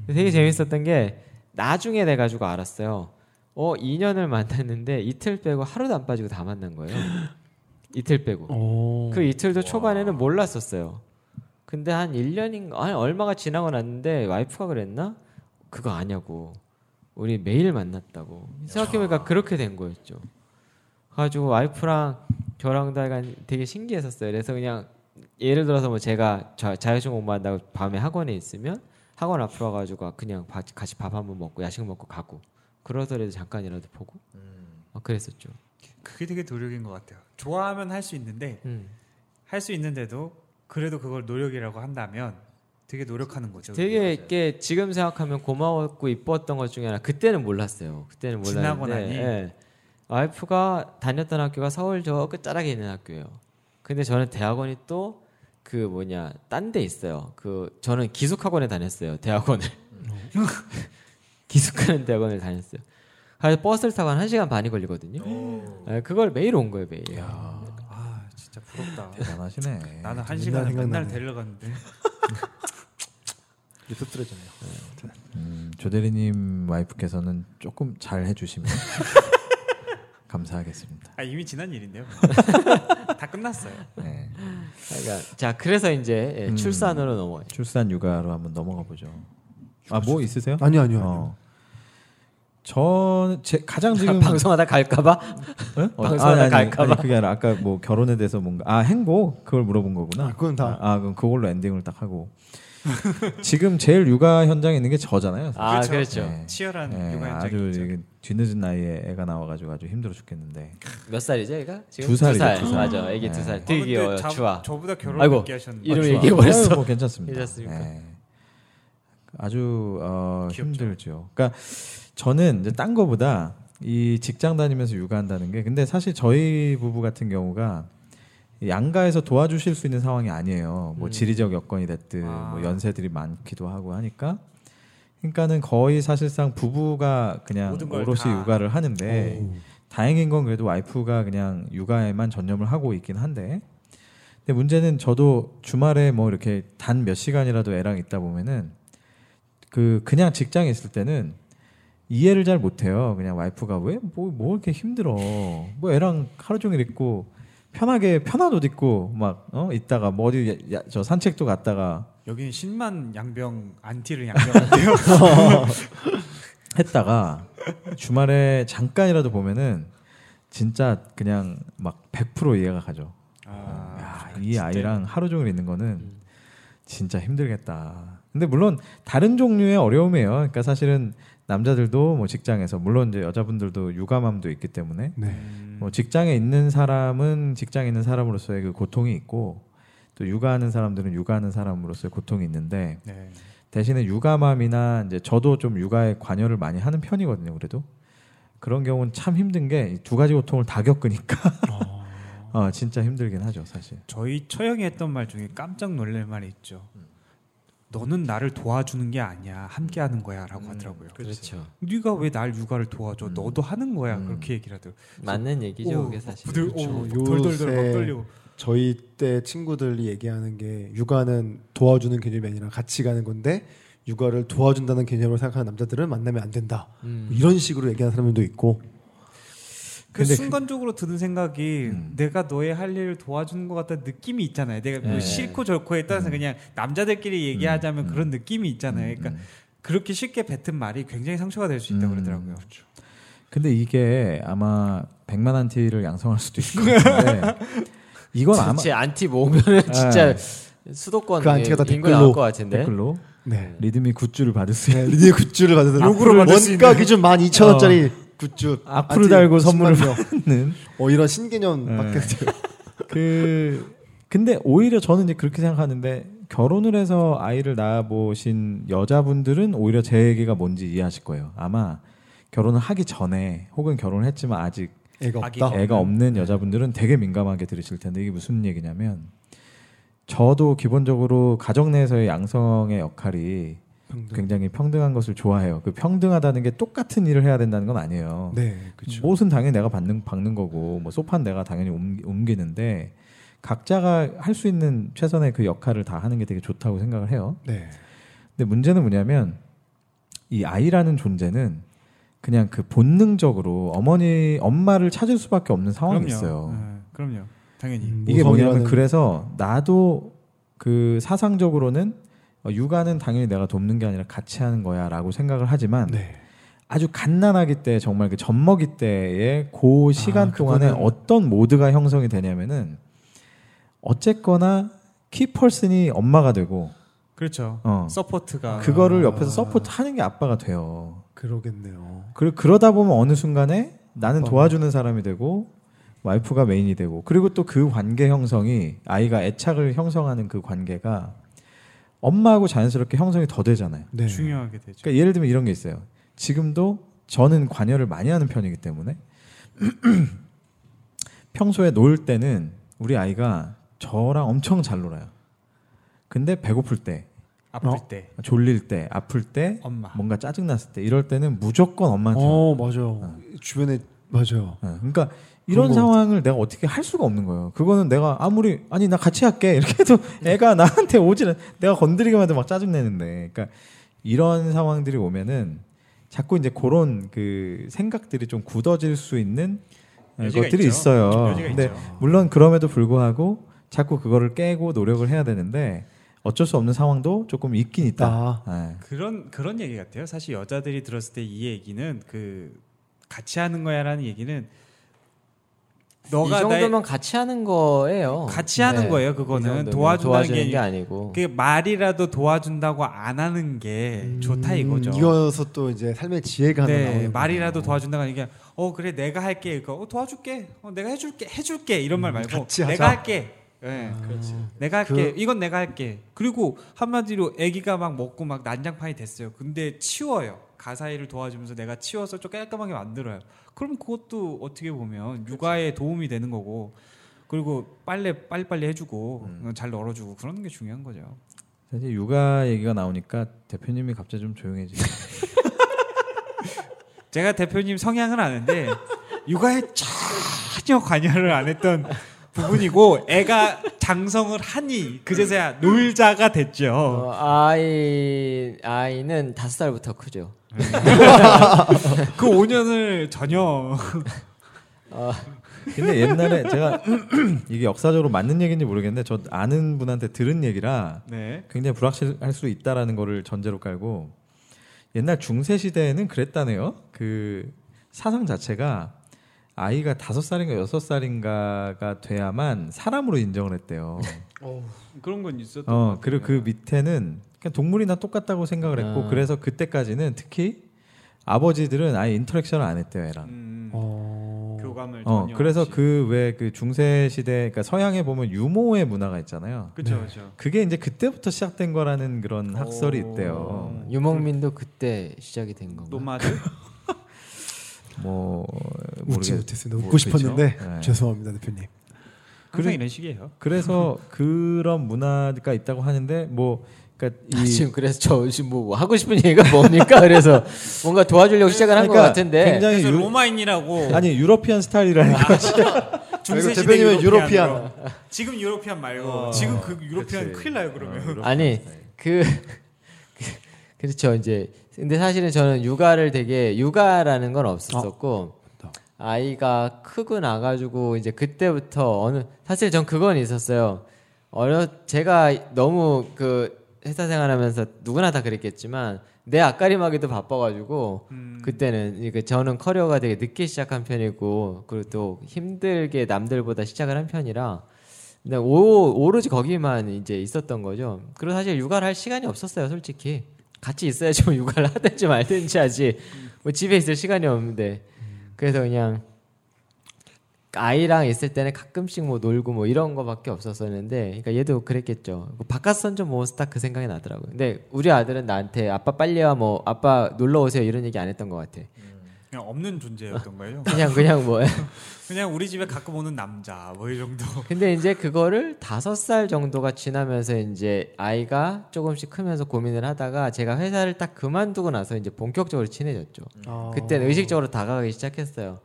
되게 재밌었던 게 나중에 돼 가지고 알았어요. 어 2년을 만났는데 이틀 빼고 하루도 안 빠지고 다 만난 거예요. [GASPS] 이틀 빼고. 그 이틀도 초반에는 몰랐었어요. 근데 한 1년인가 아니 얼마가 지나고 났는데 와이프가 그랬나? 그거 아냐고. 우리 매일 만났다고. 생각해보니까 그렇게 된 거였죠. 가지고 와이프랑 저랑도 약간 되게 신기했었어요. 그래서 그냥 예를 들어서 뭐 제가 자- 자율증 공부한다고 밤에 학원에 있으면 학원 앞으로 와가지고 그냥 바- 같이 밥 한번 먹고 야식 먹고 가고 그러더라도 잠깐이라도 보고 어, 그랬었죠.
그게 되게 노력인 것 같아요. 좋아하면 할 수 있는데
음.
할 수 있는데도 그래도 그걸 노력이라고 한다면 되게 노력하는 거죠.
되게 이게 지금 생각하면 고마웠고 이뻤던 것 중에 하나 그때는 몰랐어요. 그때는 몰랐는데
지나고 나니?
예. 와이프가 다녔던 학교가 서울 저 끝자락에 있는 학교예요. 근데 저는 대학원이 또 그 뭐냐 딴 데 있어요. 그 저는 기숙학원에 다녔어요. 대학원을 [LAUGHS] 기숙하는 대학원을 다녔어요. 그래서 버스를 타고 한 1시간 반이 걸리거든요. 예, 그걸 매일 온 거예요, 매일.
아 진짜 부럽다.
대단하시네.
[LAUGHS] 나는 한
맨날
시간에 맨날
생각나네.
데려갔는데
씁쓸해졌네요
음, 조대리님 와이프께서는 조금 잘 해주시면 [LAUGHS] 감사하겠습니다.
아 이미 지난
[LAUGHS]
일인데요. 다 끝났어요.
네.
그러니까 자, 그래서 이제 예,
음.
출산으로 넘어요.
출산 육아로 한번 넘어가 보죠. 아 뭐 있으세요?
아니요 아니요 아니요.
어. 저제 가장 지금
[LAUGHS] 방송하다 갈까봐
응?
방송하다 갈까 봐.
그게 아니라 아까 뭐 결혼에 대해서 뭔가 아 행복 그걸 물어본 거구나.
아, 그건 다-
아, 그럼 그걸로 엔딩을 딱 하고 지금 제일 육아 현장에 있는 게 저잖아요.
아
그렇죠.
그렇죠.
네.
치열한
네,
육아
아주
현장이 있죠.
이게 뒤늦은 나이에 애가 나와가지고 아주 힘들어 죽겠는데
몇 살이죠, 얘가? 지금
두 살이죠, 두 살.
맞아, 애기
네.
두 살.
어,
되게
근데
귀여워요,
자-
주아.
저보다 결혼
아이고,
늦게 하셨는데.
이름
아, 좋아.
얘기해버렸어.
아유, 뭐 괜찮습니다.
괜찮습니까?
네. 아주 어,
귀엽죠.
힘들죠. 그러니까 저는 이제 딴 거보다 이 직장 다니면서 육아한다는 게 근데 사실 저희 부부 같은 경우가 양가에서 도와주실 수 있는 상황이 아니에요. 뭐
음.
지리적 여건이 됐든
아.
뭐 연세들이 많기도 하고 하니까 그러니까는 거의 사실상 부부가 그냥
모든 걸
오롯이
다.
육아를 하는데 다행인 건 그래도 와이프가 그냥 육아에만 전념을 하고 있긴 한데 근데 문제는 저도 주말에 뭐 이렇게 단 몇 시간이라도 애랑 있다 보면은 그 그냥 직장에 있을 때는 이해를 잘 못해요. 그냥 와이프가 왜 뭐 뭐 이렇게 힘들어? 뭐 애랑 하루 종일 있고 편하게 편한 옷 입고 막 어? 있다가 뭐 어디 야- 야- 저 산책도 갔다가
여기는 신만 양병 안티를 양병한대요. [LAUGHS]
했다가 주말에 잠깐이라도 보면은 진짜 그냥 막 100% 이해가 가죠.
아, 음.
야, 이 아이랑 하루 종일 있는 거는 진짜 힘들겠다. 근데 물론 다른 종류의 어려움이에요. 그러니까 사실은 남자들도 뭐 직장에서 물론 이제 여자분들도 육아맘도 있기 때문에
네.
음.
뭐 직장에 있는 사람은 직장에 있는 사람으로서의 그 고통이 있고 또 육아하는 사람들은 육아하는 사람으로서의 고통이 있는데
네.
대신에 육아맘이나 이제 저도 좀 육아에 관여를 많이 하는 편이거든요. 그래도 그런 경우는 참 힘든 게 두 가지 고통을 다 겪으니까 [LAUGHS] 어, 진짜 힘들긴 하죠, 사실.
저희 처형이 했던 말 중에 깜짝 놀랄 말이 있죠. 너는 나를 도와주는 게 아니야 함께하는 거야라고 하더라고요.
음, 그렇죠.
네가 왜 날 육아를 도와줘? 너도 하는 거야. 그렇게 얘기를 하더라고.
맞는 얘기죠,
오,
그게 사실.
부들, 오,
그렇죠.
덜덜덜 막
요새
떨리고.
저희 때 친구들이 얘기하는 게 육아는 도와주는 개념이 아니라 같이 가는 건데 육아를 도와준다는 개념으로 생각하는 남자들은 만나면 안 된다.
음.
뭐 이런 식으로 얘기하는 사람들도 있고
그
근데 음.
순간적으로 드는 생각이 내가 너의 할 일을 도와주는 것 같다는 느낌이 있잖아요. 내가 뭐
네. 음.
싫고 좋고에 따라서 그냥 남자들끼리 얘기하자면 그런 느낌이 있잖아요. 그러니까 그렇게 쉽게 뱉은 말이 굉장히 상처가 될 수 있다 고
음.
그러더라고요.
그렇죠.
근데 이게 아마 백만 안티를 양성할 수도 있을 것 같은데 이건 아마 네.
진짜 안티 모으면은 진짜 수도권
그 안티가 다
인구
댓글로-
나올 것 같은데.
댓글로
네.
리듬이 굿즈를 받을 수
네,
[LAUGHS] 있는
리니의 굿즈를 받아서
앞으로 받을 수
원가 기준 12,000원짜리 굿즈
악플을 어,
아,
달고 선물을 네.
받
받는
어 이런 신개념 밖에
그 근데 오히려 저는 이제 그렇게 생각하는데 결혼을 해서 아이를 낳아보신 여자분들은 오히려 제 얘기가 뭔지 이해하실 거예요. 아마 결혼을 하기 전에 혹은 결혼을 했지만 아직
[LAUGHS] 애가
아기가
없다.
애가 없는 여자분들은 되게 민감하게 들으실 텐데 이게 무슨 얘기냐면 저도 기본적으로 가정 내에서의 양성의 역할이 굉장히 평등한 것을 좋아해요. 그 평등하다는 게 똑같은 일을 해야 된다는 건 아니에요.
네, 그렇죠.
옷은 당연히 내가 받는 박는 거고 뭐 소파는 내가 당연히 옮기, 옮기는데 각자가 할 수 있는 최선의 그 역할을 다 하는 게 되게 좋다고 생각을 해요.
네.
근데 문제는 뭐냐면 이 아이라는 존재는 그냥 그 본능적으로 어머니 엄마를 찾을 수밖에 없는 상황이 있어요.
네, 그럼요. 당연히.
음,
이게 뭐냐면
모성이라는-
그래서 나도 그 사상적으로는 어, 육아는 당연히 내가 돕는 게 아니라 같이 하는 거야라고 생각을 하지만
네.
아주 갓난아기 때 정말 그 젖먹이 때의 그 시간 동안에
아, 그거는-
어떤 모드가 형성이 되냐면은 어쨌거나 키퍼슨이 엄마가 되고
그렇죠.
어.
아.
서포트가
그거를 옆에서 서포트하는 게 아빠가 돼요.
그러겠네요.
그리고 그러다 보면 어느 순간에 나는
아빠가.
도와주는 사람이 되고 와이프가 메인이 되고 그리고 또 그 관계 형성이 아이가 애착을 형성하는 그 관계가 엄마하고 자연스럽게 형성이 더 되잖아요.
네.
중요하게 되죠.
그러니까 예를 들면 이런 게 있어요. 지금도 저는 관여를 많이 하는 편이기 때문에 [CLEARS THROAT] 평소에 놀 때는 우리 아이가 저랑 엄청 잘 놀아요. 근데 배고플 때,
아플
어?
때
졸릴 때, 아플 때,
엄마.
뭔가 짜증 났을 때 이럴 때는 무조건 엄마한테. 가요.
어, 맞아요. 주변에 맞아요.
예, 그러니까 이런
뭐
그런 거
상황을 내가 어떻게 할 수가 없는 거예요. 그거는 내가 아무리 아니 나 같이 할게 이렇게 해도
네.
애가 나한테 오지는 내가 건드리기만 해도 막 짜증 내는데. 그러니까 이런 상황들이 오면은 자꾸 이제 그런 그 생각들이 좀 굳어질 수 있는 예,
여지가
것들이
있죠.
있어요
여지가
근데
있죠.
물론 그럼에도 불구하고 자꾸 그거를 깨고 노력을 해야 되는데 어쩔 수 없는 상황도 조금 있긴 있다.
나
아.
예.
그런 그런 얘기 같아요. 사실 여자들이 들었을 때 이 얘기는 그 같이 하는 거야라는 얘기는 너가
이 정도면
나의
같이 하는 거예요. 네.
같이 하는 거예요, 그거는.
이 정도면
도와준다는
도와주는
게-
게 아니고.
그 말이라도 도와준다고 안 하는 게 음,
음,
좋다 이거죠.
음, 이어서 또 이제 삶의 지혜가 하나
네,
나오는
말이라도 도와준다고 하니까 어 그래 내가 할게 이거 어, 도와줄게 어, 내가 해줄게 해줄게 이런 말 말고
같이 하자. 아, 그
내가 할게 예 내가 할게 이건 내가 할게 그리고 한마디로 아기가 막 먹고 막 난장판이 됐어요 근데 치워요 가사일을 도와주면서 내가 치워서 좀 깔끔하게 만들어요 그럼 그것도 어떻게 보면 육아에 도움이 되는 거고 그리고 빨래 빨리빨리 해주고 잘 널어주고 그런 게 중요한 거죠
사실 예. 육아 얘기가 나오니까 대표님이 갑자기 좀 조용해지.
제가 대표님 성향은 아는데 육아에 전혀 관여를 안 했던 부분이고 애가 장성을 하니 그제서야 놀자가 됐죠.
어, 아이 아이는 다섯 살부터 크죠.
그 5년을 전혀
근데 옛날에 제가 [CLEARS THROAT] 이게 역사적으로 맞는 얘기인지 모르겠는데 저 아는 분한테 들은 얘기라
네.
굉장히 불확실할 수 있다라는 거를 전제로 깔고 옛날 중세 시대에는 그랬다네요. 그 사상 자체가 아이가 다섯 살인가 여섯 살인가가 돼야만 사람으로 인정을 했대요.
그런 건 있었던
어 그리고 그 밑에는 그냥 동물이나 똑같다고 생각을 했고
아.
그래서 그때까지는 특히 아버지들은 아예 인터랙션을 안 했대요, 애랑.
어...
음, 교감을
어,
전혀
그래서
없이.
그 왜 그 중세 시대 그러니까 서양에 보면 유모의 문화가 있잖아요.
그쵸 그쵸
그게 이제 그때부터 시작된 거라는 그런 학설이
오.
있대요.
어, 유목민도 그때 시작이 된 거고.
노마드
뭐
웃지
모르겠.
못했습니다. 웃고
모르겠죠.
싶었는데
네.
[LAUGHS] 죄송합니다, 대표님.
항상 이런 식이에요.
그래서 그런 문화가 있다고 하는데 뭐 그러니까
아,
이
지금 그래서 저 지금 뭐 하고 싶은 얘기가 뭡니까?
[LAUGHS]
그래서 뭔가 도와주려고 시작을 한 것
그러니까
같은데
굉장히
그래서
유,
로마인이라고 네. 아.
아니 유러피안 스타일이라는 거
중세 시대
그러니까 대표님은 유로피안. 어.
지금 유로피안 말고 지금 그 유로피안 큰일 나요 네. 그러면.
아니 그 [LAUGHS] 그- 그렇죠 이제 근데 사실은 저는 육아를 되게 육아라는 건
어,
없었었고 아이가 크고 나가지고 이제 그때부터 어느 사실 전 그건 있었어요 어려 제가 너무 그 회사 생활하면서 누구나 다 그랬겠지만 내 앞가림하기도 바빠가지고
음.
그때는 이게 저는 커리어가 되게 늦게 시작한 편이고 그리고 또 힘들게 남들보다 시작을 한 편이라 근데 오, 오로지 거기만 이제 있었던 거죠. 그리고 사실 육아를 할 시간이 없었어요, 솔직히. 같이 있어야지 뭐 [LAUGHS] 육아를 하든지 말든지 하지. 뭐 집에 있을 시간이 없는데. 그래서 그냥 아이랑 있을 때는 가끔씩 뭐 놀고 뭐 이런 거밖에 없었었는데, 그러니까 얘도 그랬겠죠. 그 바깥선 좀 보면서 딱 그 생각이 나더라고요. 근데 우리 아들은 나한테 아빠 빨리 와, 뭐 아빠 놀러 오세요 이런 얘기 안 했던 것 같아.
그냥 없는 존재였던 거예요.
그냥 그냥 뭐
그냥 우리 집에 가끔 오는 남자 뭐 이 정도.
근데 이제 그거를 다섯 살 정도가 지나면서 이제 아이가 조금씩 크면서 고민을 하다가 제가 회사를 딱 그만두고 나서 이제 본격적으로 친해졌죠.
어,
그때 의식적으로 다가가기 시작했어요.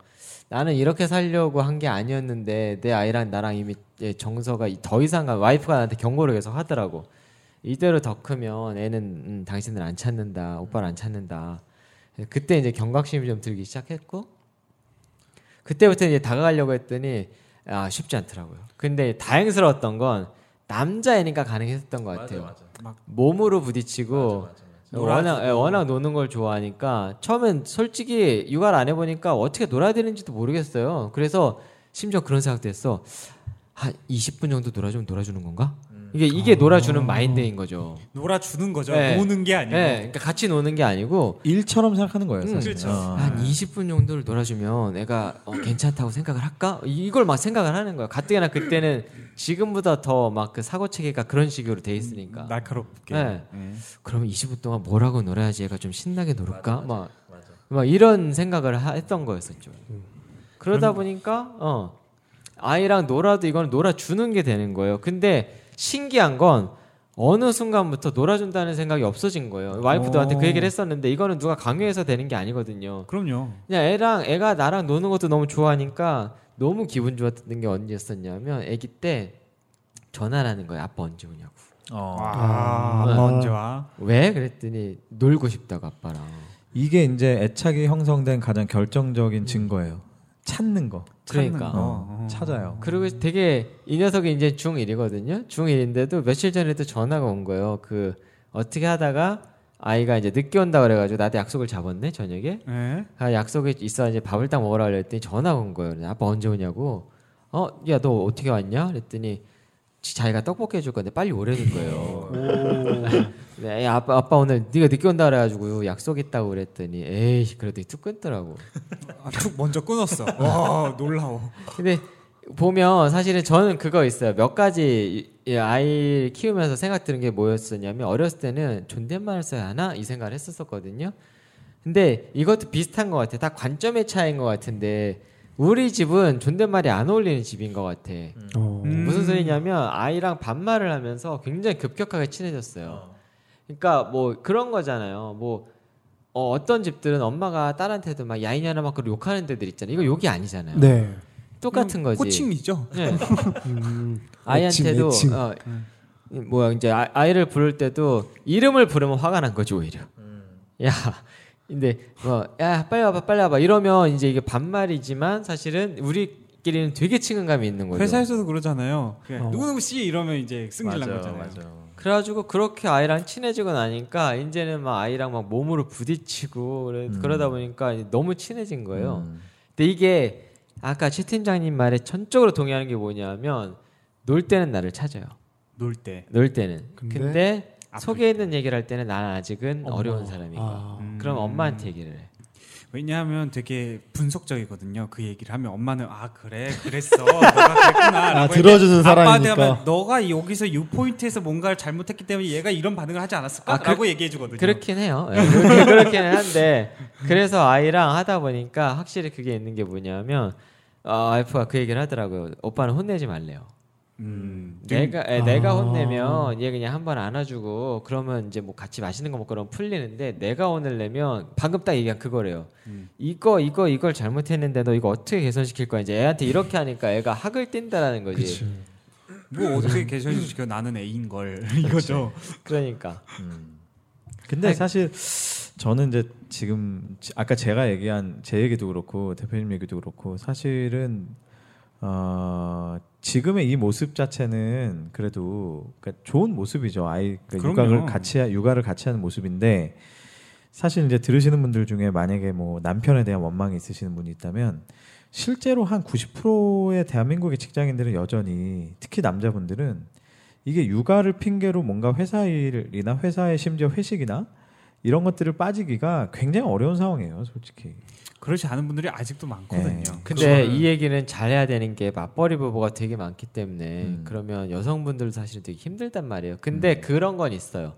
나는 이렇게 살려고 한 게 아니었는데 내 아이랑 나랑 이미 이제 정서가 이- 더 이상 가 와이프가 나한테 경고를 계속 하더라고. 이대로 더 크면 애는 음, 당신을 안 찾는다, 오빠를 안 찾는다. 그때 이제 경각심이 좀 들기 시작했고 그때부터 이제 다가가려고 했더니 아 쉽지 않더라고요. 근데 다행스러웠던 건 남자애니까 가능했었던 것 같아요. 몸으로 부딪히고 워낙 예, 워낙 노는 걸 좋아하니까 처음엔 솔직히 육아를 안 해보니까 어떻게 놀아야 되는지도 모르겠어요. 그래서 심지어 그런 생각도 했어. 한 20분 정도 놀아주면 놀아주는 건가?
음.
이게 이게 놀아주는 마인드인 거죠.
놀아주는 거죠.
네.
노는 게 아니고.
예, 그러니까 같이 노는 게 아니고
[LAUGHS] 일처럼 생각하는 거예요.
음,
사실.
그렇죠.
어.
한 20분 정도를 놀아주면 애가 어, 괜찮다고 생각을 할까? 이걸 막 생각을 하는 거야. 가뜩이나 그때는 지금보다 더 막 그 사고 체계가 그런 식으로 돼 있으니까.
그러니까. 날카롭게.
네.
네.
그럼 20분 동안 뭐라고 놀아야지 얘가 좀 신나게 놀을까? 막, 막 이런 생각을 하- 했던 거였었죠. 음. 그러다 보니까 어, 아이랑 놀아도 이건 놀아주는 게 되는 거예요. 근데 신기한 건 어느 순간부터 놀아준다는 생각이 없어진 거예요. 와이프도 한테 그 얘기를 했었는데 이거는 누가 강요해서 되는 게 아니거든요.
그럼요.
그냥 애랑 애가 나랑 노는 것도 너무 좋아하니까 너무 기분 좋았던 게 언제였었냐면 아기 때 전화라는 거예요. 아빠 언제 오냐고.
어.
아,
네.
먼저 와.
왜? 그랬더니 놀고 싶다고 아빠랑.
이게 이제 애착이 형성된 가장 결정적인 증거예요. 찾는 거.
그러니까.
거.
어,
음. 어.
찾아요.
그리고 되게 이 녀석이 이제 중1이거든요. 중1인데도 며칠 전에도 전화가 온 거예요. 그 어떻게 하다가 아이가 이제 늦게 온다 그래가지고 나한테 약속을 잡았네 저녁에.
네.
아, 약속이 있어 이제 밥을 딱 먹으라 그랬더니 전화가 온 거예요. 그래서 아빠 언제 오냐고. 어, 야 너 어떻게 왔냐? 그랬더니 지- 자기가 떡볶이 해줄 건데 빨리 오라는 거예요. [LAUGHS] 네, 야, 아빠 아빠 오늘 네가 늦게 온다 그래가지고 약속 있다고 그랬더니 에이 그래도 툭 끊더라고.
아, 툭 먼저
[LAUGHS]
끊었어. 와 놀라워.
근데 보면 사실은 저는 그거 있어요. 몇 가지 이- 이 아이 키우면서 생각 드는 게 뭐였었냐면 어렸을 때는 존댓말을 써야 하나 이 생각을 했었었거든요. 근데 이것도 비슷한 것 같아. 다 관점의 차이인 것 같은데 우리 집은 존댓말이 안 어울리는 집인 것 같아.
어.
음.
무슨 소리냐면 아이랑 반말을 하면서 굉장히 급격하게 친해졌어요. 그러니까 뭐 그런 거잖아요. 뭐 어, 어떤 집들은 엄마가 딸한테도 막 야이냐나 막 그런 욕하는 데들 있잖아요. 이거 욕이 아니잖아요.
네.
똑같은 거지.
호칭이죠.
[LAUGHS] 예.
음.
아이한테도
애칭, 애칭.
어, 뭐야 이제 아- 아이를 부를 때도 이름을 부르면 화가 난 거지 오히려. 야, 근데 뭐야 빨리 와봐 빨리 와봐 이러면 이제 이게 반말이지만 사실은 우리끼리는 되게 친근감이 있는 거죠. 어.
회사에서도 그러잖아요. 누구누구 씨 이러면 이제 승질난 거잖아요.
그래가지고 그렇게 아이랑 친해지고 나니까 이제는 막 아이랑 막 몸으로 부딪히고 그래, 그러다 보니까 이제 너무 친해진 거예요.
음.
근데 이게 아까 최 팀장님 말에 전적으로 동의하는 게 뭐냐면 놀 때는 나를 찾아요.
놀 때.
놀 때는. 근데,
근데
아플
속에 있는 얘기를 할 때는 나는 아직은
어머.
어려운 사람이고.
아.
음.
그럼 엄마한테 얘기를 해.
왜냐하면 되게 분석적이거든요. 그 얘기를 하면 엄마는 아 그래 그랬어 너가 그랬구나.
아,
라고
들어주는
했는데 아빠한테
사람이니까.
하면 너가 여기서 이 포인트에서 뭔가를 잘못했기 때문에 얘가 이런 반응을 하지
아, 그-
않았을까라고 얘기해 주거든요.
그렇긴 해요. 예, 그렇긴, 그렇기는 한데 그래서 아이랑 하다 보니까 어, 확실히 그게 있는 게 뭐냐면 아, 와이프가 그 얘기를 하더라고요. 오빠는 혼내지 말래요.
음.
내가 예, 내가
아.
혼내면 얘 그냥 한 번 안아주고 그러면 이제 뭐 같이 맛있는 거 먹고 그러면 풀리는데 내가 혼을 내면 방금 딱 얘기한 그거래요. 이거 이거 이걸 잘못했는데 너 이거 어떻게 개선시킬 거야 이제 애한테 이렇게 하니까 애가 학을 뗀다라는 거지.
뭐 어떻게 개선시켜 나는 애인 걸 [LAUGHS] 이거죠.
그러니까
근데 사실 저는 이제 지금 지- 아까 제가 얘기한 제 얘기도 그렇고 대표님 얘기도 그렇고 사실은 어, 지금의 이 모습 자체는 그래도 그러니까 좋은 모습이죠 아이 그러니까
그럼요.
육아를 같이 하- 육아를 같이 하는 모습인데 사실 이제 들으시는 분들 중에 만약에 뭐 남편에 대한 원망이 있으시는 분이 있다면 실제로 한 90%의 대한민국의 직장인들은 여전히 특히 남자분들은 이게 육아를 핑계로 뭔가 회사 일이나 회사의 심지어 회식이나 이런 것들을 빠지기가 굉장히 어려운 상황이에요, 솔직히.
그렇지 않은 분들이 아직도 많거든요. 그렇죠?
네.
근데
그거는-
이 얘기는 잘해야 되는 게 맞벌이 부부가 되게 많기 때문에
음.
그러면 여성분들 사실은 되게 힘들단 말이에요. 근데 그런 건 있어요.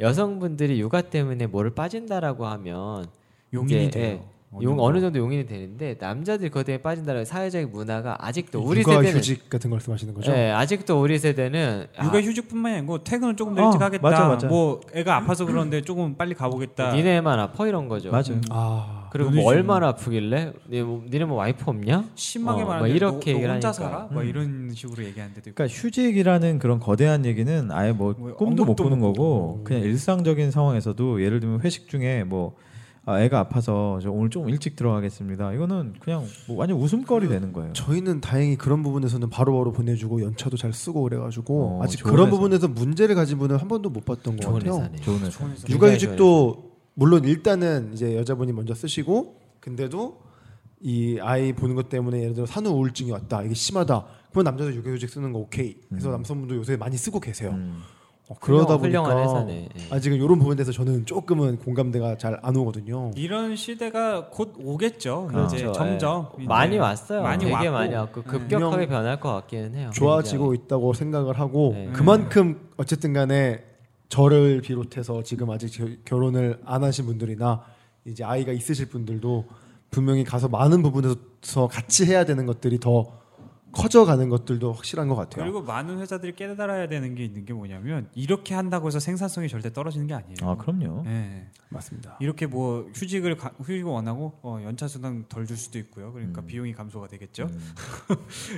여성분들이 육아 때문에 뭐를 빠진다라고 하면
용인이
이게,
돼요.
예, 용 어느 정도 용인이 되는데 남자들이 거기에 대해 빠진다라는 사회적인 문화가 아직도 우리
육아
세대는
휴직 같은 걸 말씀하시는 거죠?
예, 아직도 우리 세대는 아,
육아 휴직뿐만이 아니고 퇴근을 조금 더
아,
일찍 하겠다.
맞아, 맞아.
뭐 애가 아파서 그러는데 조금 빨리 가보겠다.
니네만 아파 이런 거죠.
맞아요.
아
그리고 뭐 얼마나 아프길래 니네 뭐, 니네 뭐 와이프 없냐?
심하게
어, 막
말하는데
이렇게
너, 너
얘기를
혼자
하니까. 음.
살아? 뭐 이런 식으로 얘기하는 데도 있고.
그러니까 휴직이라는 그런 거대한 얘기는 아예 뭐
뭐
꿈도 못
언급도
꾸는
못
거고 그냥 일상적인 상황에서도 예를 들면 회식 중에 뭐 아, 애가 아파서 저 오늘 조금 일찍 들어가겠습니다. 이거는 그냥 뭐 완전 웃음거리 되는 거예요.
저희는 다행히 그런 부분에서는 바로바로 보내주고 연차도 잘 쓰고 그래가지고
어,
아직
좋은
그런
회사.
부분에서 문제를 가진 분은 한 번도 못 봤던 것
좋은
같아요.
회사네.
좋은 회사.
육아휴직도 물론 일단은 이제 여자분이 먼저 쓰시고 근데도 이 아이 보는 것 때문에 예를 들어 산후 우울증이 왔다 이게 심하다 그러면 남자도 육아휴직 쓰는 거 오케이 그래서 남성분도 요새 많이 쓰고 계세요
음.
어, 그러다
음. 훌륭한
보니까
회사네. 예.
아 지금 이런 부분에 대해서 저는 조금은 공감대가 잘 안 오거든요
이런 시대가 곧 오겠죠.
그렇죠.
이제
예.
점점 이제
많이 왔어요.
많이
되게
왔고.
많이 왔고 급격하게 변할 것 같기는 해요.
좋아지고 있다고 생각을 하고
네.
그만큼 어쨌든 간에 저를 비롯해서 지금 아직 겨- 결혼을 안 하신 분들이나 이제 아이가 있으실 분들도 분명히 가서 많은 부분에서 같이 해야 되는 것들이 더 커져가는 것들도 확실한 것 같아요.
그리고 많은 회사들이 깨달아야 되는 게 있는 게 뭐냐면 이렇게 한다고 해서 생산성이 절대 떨어지는 게 아니에요.
아 그럼요.
예.
맞습니다.
이렇게 뭐 휴직을 가- 휴직을 원하고 어, 연차 수당 덜 줄 수도 있고요. 그러니까
음.
비용이 감소가 되겠죠. [LAUGHS]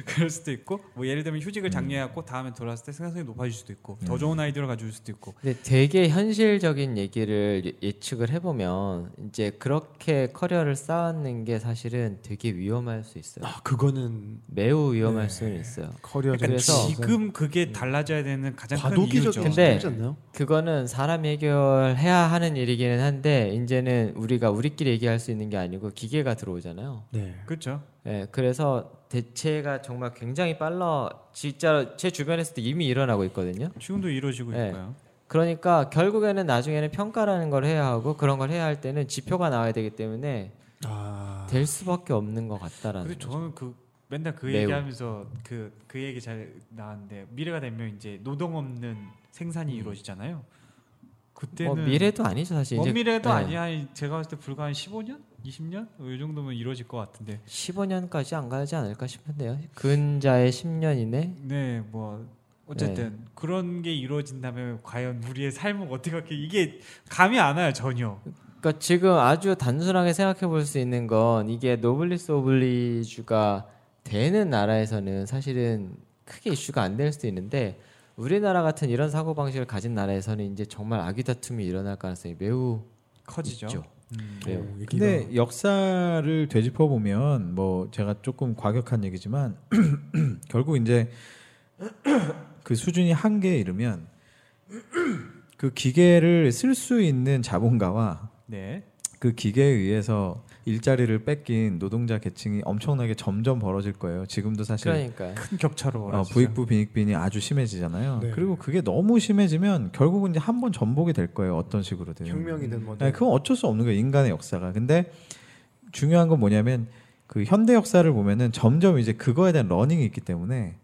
그럴 수도 있고 뭐 예를 들면 휴직을 장려해갖고 다음에 돌아왔을 때 생산성이 높아질 수도 있고
음.
더 좋은 아이디어를 가져올 수도 있고
근데 되게 현실적인 얘기를 예- 예측을 해보면 이제 그렇게 커리어를 쌓는 게 사실은 되게 위험할 수 있어요.
아 그거는
매우 위험할 수는 있어요.
커리어
그러니까
그래서 음.
지금 그게 달라져야 되는 가장 큰 이유죠.
과도기적인
근데
지 않나요?
그거는 사람이 해결해야 하는 일이기는 한데 이제는 우리가 우리끼리 얘기할 수 있는 게 아니고 기계가 들어오잖아요.
네.
그렇죠.
예, 그래서 대체가 정말 굉장히 빨라. 진짜 제 주변에서도 이미 일어나고 있거든요.
지금도 이루어지고
네.
있고요.
그러니까 결국에는 나중에는 평가라는 걸 해야 하고 그런 걸 해야 할 때는 지표가 나와야 되기 때문에
아
될 수밖에 없는 것 같다라는
근데
거죠.
저는 그 맨날 그
매우.
얘기하면서 그 그 얘기 잘 나왔는데 미래가 되면 이제 노동 없는 생산이 이루어지잖아요. 그때는
음. 뭐 미래도 아니죠 사실
먼
이제
미래도
네.
아니야. 아니, 제가 봤을 때 불과 한 15년, 20년 뭐 이 정도면 이루어질 것 같은데.
15년까지 안 가지 않을까 싶은데요. 근자의 10년 이내
네, 뭐
네.
어쨌든 그런 게 이루어진다면 과연 우리의 삶은 어떻게 바뀌? 이게 감이 안 와요 전혀.
그러니까 지금 아주 단순하게 생각해 볼 수 있는 건 이게 노블리스 오블리주가 되는 나라에서는 사실은 크게 이슈가 안 될 수도 있는데 우리나라 같은 이런 사고 방식을 가진 나라에서는 이제 정말 악의 다툼이 일어날 가능성이 매우
커지죠.
있죠.
음.
그래요.
오, 뭐 얘기가-
네. 근데 역사를 되짚어 보면 뭐 제가 조금 과격한 얘기지만 [CLEARS THROAT] 결국 이제 [CLEARS THROAT] 그 수준이 한계에 이르면 [CLEARS THROAT] 그 기계를 쓸 수 있는 자본가와
네.
그 기계에 의해서 일자리를 뺏긴 노동자 계층이 엄청나게 점점 벌어질 거예요. 지금도 사실
그러니까
큰 격차로
어,
벌어지죠.
부익부 빈익빈이 아주 심해지잖아요.
네.
그리고 그게 너무 심해지면 결국은 이제 한 번 전복이 될 거예요. 어떤 식으로든.
혁명이든 뭐든
네, 그건 어쩔 수 없는 거예요. 인간의 역사가. 근데 중요한 건 뭐냐면 그 현대 역사를 보면은 점점 이제 그거에 대한 러닝이 있기 때문에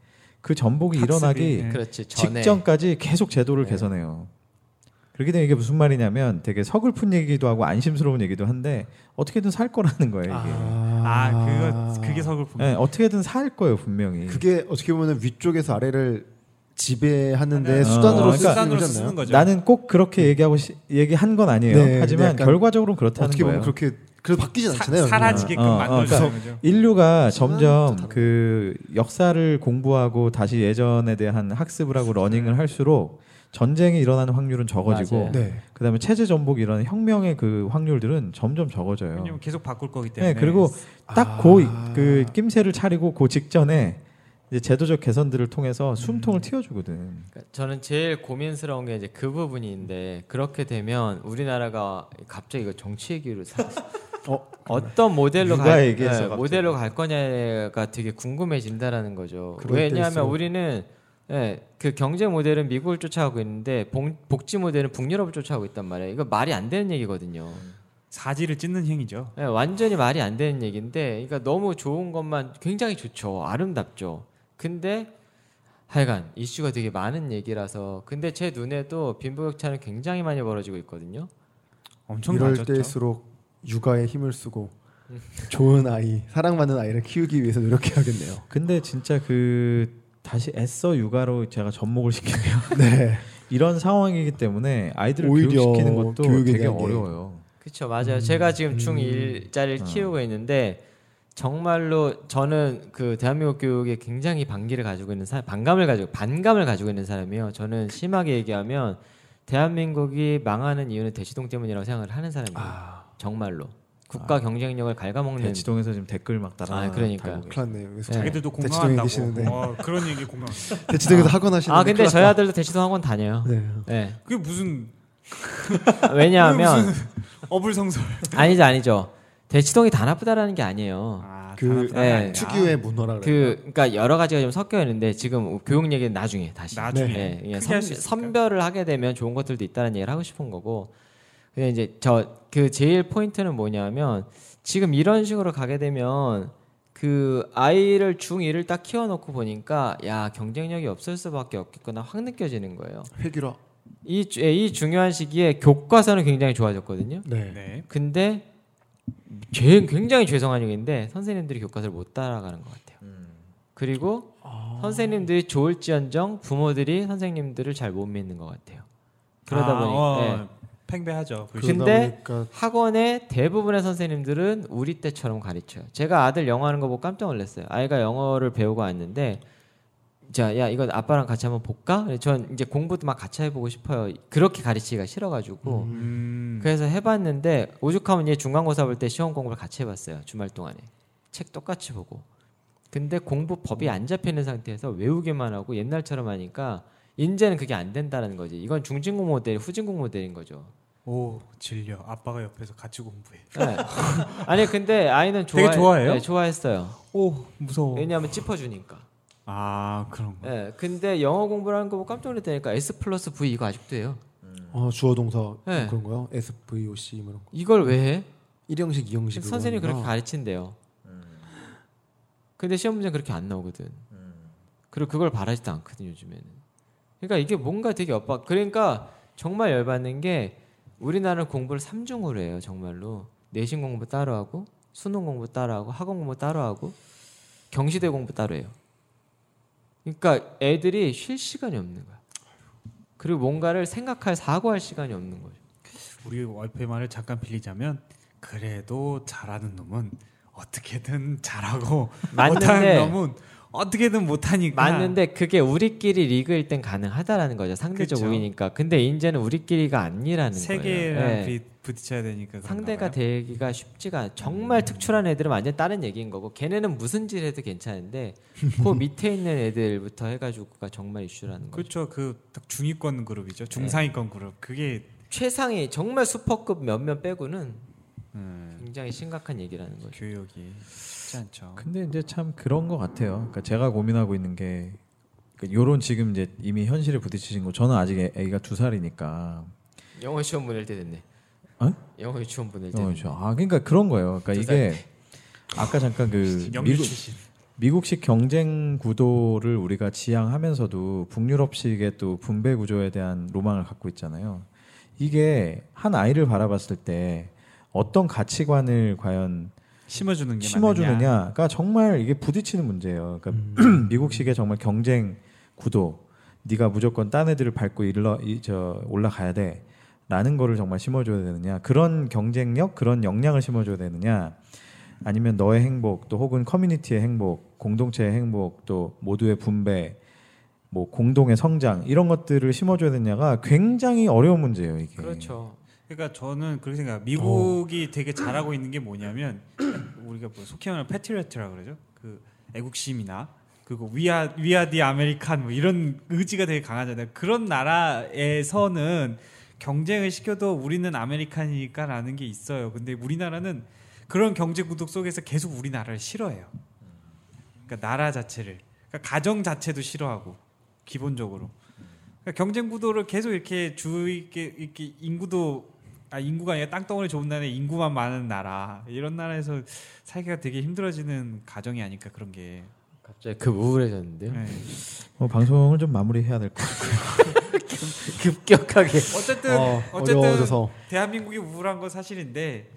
그 전복이
학습이,
일어나기
네.
그렇지 전에
직전까지 계속 제도를 개선해요. 그렇게 되면 이게 무슨 말이냐면 되게 서글픈 얘기도 하고 안심스러운 얘기도 한데 어떻게든 살 거라는 거예요. 이게.
아,
아, 그거 그게 서글픔.
네, 어떻게든 살 거예요 분명히.
그게 어떻게 보면 위쪽에서 아래를 지배하는데
하는-
수단으로
어, 그러니까
쓰는
수단으로
거잖아요.
쓰는 거죠.
나는 꼭 그렇게 얘기하고 시- 얘기한 건 아니에요.
네,
하지만
약간
결과적으로 그렇다는
어떻게
거예요.
보면 그렇게 그래도 바뀌진
사-
않잖아요.
사라지게끔
어, 어,
만들어주는
그래서-
거죠.
인류가
하지만
점점
또
그 역사를 공부하고 다시 예전에 대한 학습을 하고 러닝을 할수록 전쟁이 일어나는 확률은 적어지고
맞아요.
네.
그다음에 체제 전복 이런 혁명의 그 확률들은 점점 적어져요.
왜냐면 계속 바꿀 거기 때문에.
네, 그리고
아.
딱 그 낌새를 차리고 그 직전에 이제 제도적 개선들을 통해서 숨통을
음.
틔워주거든.
그러니까 저는 제일 고민스러운 게 이제 그 부분인데 그렇게 되면 우리나라가 갑자기 이거 정치 얘기로
[LAUGHS]
사... 어, 어떤 모델로
누가
갈 네,
얘기했어, 갑자기.
모델로 갈 거냐가 되게 궁금해진다라는 거죠.
그럴
왜냐하면
때일수록.
우리는 예, 그 경제 모델은 미국을 쫓아가고 있는데 봉- 복지 모델은 북유럽을 쫓아가고 있단 말이에요. 이거 말이 안 되는 얘기거든요.
사지를 찢는 행위죠.
예, 완전히 말이 안 되는 얘기인데, 그러니까 너무 좋은 것만 굉장히 좋죠, 아름답죠. 근데 하여간 이슈가 되게 많은 얘기라서, 근데 제 눈에도 빈부격차는 굉장히 많이 벌어지고 있거든요.
엄청
이럴
낮았죠.
때일수록 육아에 힘을 쓰고 좋은 아이, 사랑받는 아이를 키우기
[LAUGHS]
위해서 노력해야겠네요.
근데 진짜 그 다시 애써 육아로 제가 접목을 시키면 [LAUGHS]
네.
이런 상황이기 때문에 아이들을
오히려
교육시키는 것도
교육에
되게
대한 게.
어려워요.
그쵸, 맞아요. 제가 지금 중1짜리를 키우고 있는데, 정말로 저는 그 대한민국 교육에 굉장히 반기를 가지고 있는 사람, 반감을 가지고, 반감을 가지고 있는 사람이에요. 저는 심하게 얘기하면, 대한민국이 망하는 이유는 대시동 때문이라고 생각을 하는 사람이에요.
아.
정말로. 국가 경쟁력을 갉아먹는
대치동에서 네, 지금 댓글 막 달아.
네. 아, 그러니까.
달고 계세요.
큰일 났네요. 그래서
자기들도
대치동에
공감한다고.
계시는데.
어, 그런 얘기 공감.
대치동에서 학원 하시는
아 근데
큰일
저희
났다.
아들도 대치동 학원
[LAUGHS]
다녀요.
네.
네.
그게 무슨
왜냐하면
어불성설.
[LAUGHS] 아니죠 아니죠. 대치동이 다 나쁘다라는 게 아니에요.
아,
그
단합 단합
예,
아니야.
특유의 문화라
그 그러니까 여러 가지가 좀 섞여 있는데 지금 교육 얘기는 나중에 다시.
나중에
네, 그냥
크게 할수
선-
있을까요?
선별을 하게 되면 좋은 것들도 있다는 얘기를 하고 싶은 거고. 근데 이제 저 그 제일 포인트는 뭐냐면 지금 이런 식으로 가게 되면 그 아이를 중1을 딱 키워놓고 보니까 야 경쟁력이 없을 수밖에 없겠구나 확 느껴지는 거예요.
회귀라.
이, 주- 예, 이 중요한 시기에 교과서는 굉장히 좋아졌거든요.
네.
네.
근데 죄- 굉장히 죄송한 얘기인데 선생님들이 교과서를 못 따라가는 것 같아요. 그리고
아.
선생님들이 좋을지언정 부모들이 선생님들을 잘 못 믿는 것 같아요. 그러다
아,
보니까 예.
어, 팽배하죠. 그
그러다
근데
보니까
학원의 대부분의 선생님들은 우리 때처럼 가르쳐요. 제가 아들 영어 하는 거 보고 깜짝 놀랐어요. 아이가 영어를 배우고 왔는데 자, 야, 이거 아빠랑 같이 한번 볼까? 전 이제 공부도 막 같이 해보고 싶어요. 그렇게 가르치기가 싫어가지고
음.
그래서 해봤는데 오죽하면 얘 중간고사 볼 때 시험 공부를 같이 해봤어요 주말 동안에 책 똑같이 보고 근데 공부법이 안 잡히는 상태에서 외우기만 하고 옛날처럼 하니까 이제는 그게 안 된다는 거지 이건 중진국 모델 후진국 모델인 거죠
오 질려. 아빠가 옆에서 같이 공부해.
네. [LAUGHS] 아니 근데 아이는 좋아
되게 좋아해요?
네, 좋아했어요
오 무서워.
왜냐하면 찝어주니까
아 그런 거.
네, 근데 영어 공부를 하는 거 보고 깜짝 놀랐다니까 S 플러스 V 이거 아직도 해요
어, 주어 동사
네.
그런 거요. E SVOC 뭐 이런 거.
이걸 왜 해?
일형식, 이형식.
선생님이
그런
그렇게
음. 거구나.
가르친대요. 근데 시험 문제는 그렇게 안 나오거든.
음.
그리고 그걸 바라지도 않거든 요즘에는. 그러니까 이게 뭔가 되게 엇박. 그러니까 정말 열받는 게 우리나라는 공부를 삼중으로 해요 정말로. 내신 공부 따로 하고 수능 공부 따로 하고 학원 공부 따로 하고 경시대 공부 따로 해요. 그러니까 애들이 쉴 시간이 없는 거야. 그리고 뭔가를 생각할 사고할 시간이 없는 거죠.
우리 와이프의 말을 잠깐 빌리자면 그래도 잘하는 놈은 어떻게든 잘하고
[LAUGHS] 맞는데-
못하는 놈은 어떻게든 못하니까.
맞는데 그게 우리끼리 리그일 땐 가능하다라는 거죠 상대적
그쵸.
우위니까 근데 이제는 우리끼리가 아니라는 거예요
세계랑
예.
비- 부딪혀야 되니까 그런가
상대가
봐요. 음.
되기가 쉽지가 않- 정말 특출한 애들은 완전 다른 얘기인 거고 걔네는 무슨 짓 해도 괜찮은데
[LAUGHS]
그 밑에 있는 애들부터 해가지고가 정말 이슈라는 거죠 네.
그렇죠. 그딱 중위권 그룹이죠. 중상위권 그룹. 그게
최상위 정말 슈퍼급 몇몇 빼고는 네.
네.
굉장히 심각한 얘기라는 거죠
교육이 쉽지 않죠.
근데 이제 참 그런 것 같아요. 그러니까 제가 고민하고 있는 게 그러니까 요런 지금 이제 이미 현실에 부딪히신 거. 저는 아직 애- 애기가 두 살이니까.
영어 유치원 보낼 때 됐네
어?
영어 유치원 보낼 때
어,
됐네.
그렇죠. 아 그러니까 그런 거예요. 그러니까
두 살.
이게 아까 잠깐
[LAUGHS]
그
영유
미국
출신.
미국식 경쟁 구도를 우리가 지향하면서도 북유럽식의 또 분배 구조에 대한 로망을 갖고 있잖아요. 이게 한 아이를 바라봤을 때 어떤 가치관을 과연
심어주는 게 맞느냐. 음.
심어주느냐가 정말 이게 부딪히는 문제예요. 그러니까 [CLEARS THROAT] 미국식의 정말 경쟁 구도, 네가 무조건 딴 애들을 밟고 일러 이, 저 올라가야 돼. 라는 거를 정말 심어줘야 되느냐 그런 경쟁력 그런 역량을 심어줘야 되느냐 아니면 너의 행복 또 혹은 커뮤니티의 행복 공동체의 행복 또 모두의 분배 뭐 공동의 성장 이런 것들을 심어줘야 되느냐가 굉장히 어려운 문제예요 이게
그렇죠.
그러니까 저는 그렇게 생각. 미국이 되게 잘하고 있는 게 뭐냐면 [CLEARS THROAT] 우리가 뭐 속히 말하면 패트리어트라 그러죠. 그 애국심이나 그리고 위아 위아디 아메리칸 뭐 이런 의지가 되게 강하잖아요. 그런 나라에서는 경쟁을 시켜도 우리는 아메리칸이니까라는 게 있어요. 근데 우리나라는 그런 경제 구독 속에서 계속 우리나라를 싫어해요. 그러니까 나라 자체를, 그러니까 가정 자체도 싫어하고 기본적으로 그러니까 경쟁 구도를 계속 이렇게 주위 이렇게, 이렇게 인구도 아 인구가 아니라 땅덩어리 좋은 나라에 인구만 많은 나라 이런 나라에서 살기가 되게 힘들어지는 가정이 아닐까 그런 게
갑자기 급 우울해졌는데요.
네.
어, 방송을 좀 마무리해야 될 것 같아요
급격하게.
어쨌든
어,
어, 쨌든
어려워져서
대한민국이 우울한 건 사실인데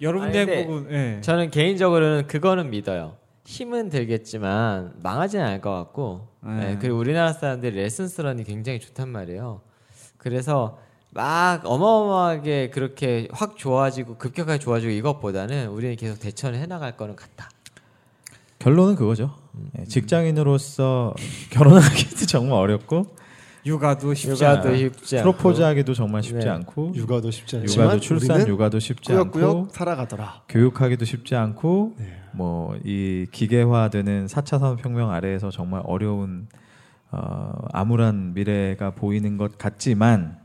여러분
아니, 근데
대한민국은 예.
저는 개인적으로는 그거는 믿어요. 힘은 들겠지만 망하지는 않을 것 같고
네.
네, 그리고 우리나라 사람들이 레슨스런이 굉장히 좋단 말이에요. 그래서 막 어마어마하게 그렇게 확 좋아지고 급격하게 좋아지고 이것보다는 우리는 계속 대처를 해나갈 거는 같다.
결론은 그거죠
음.
예, 직장인으로서 [LAUGHS] 결혼하기도 정말 어렵고
육아도 쉽지 않아.
육아도 쉽지 않고
프로포즈하기도 정말 쉽지
네.
않고
육아도 쉽지 않지만
육아도 출산
우리는
육아도 쉽지 않고
꾸역꾸역 네. 살아가더라.
교육하기도 쉽지 않고 뭐 이 기계화되는 4차 산업혁명 아래에서 정말 어려운 어, 암울한 미래가 보이는 것 같지만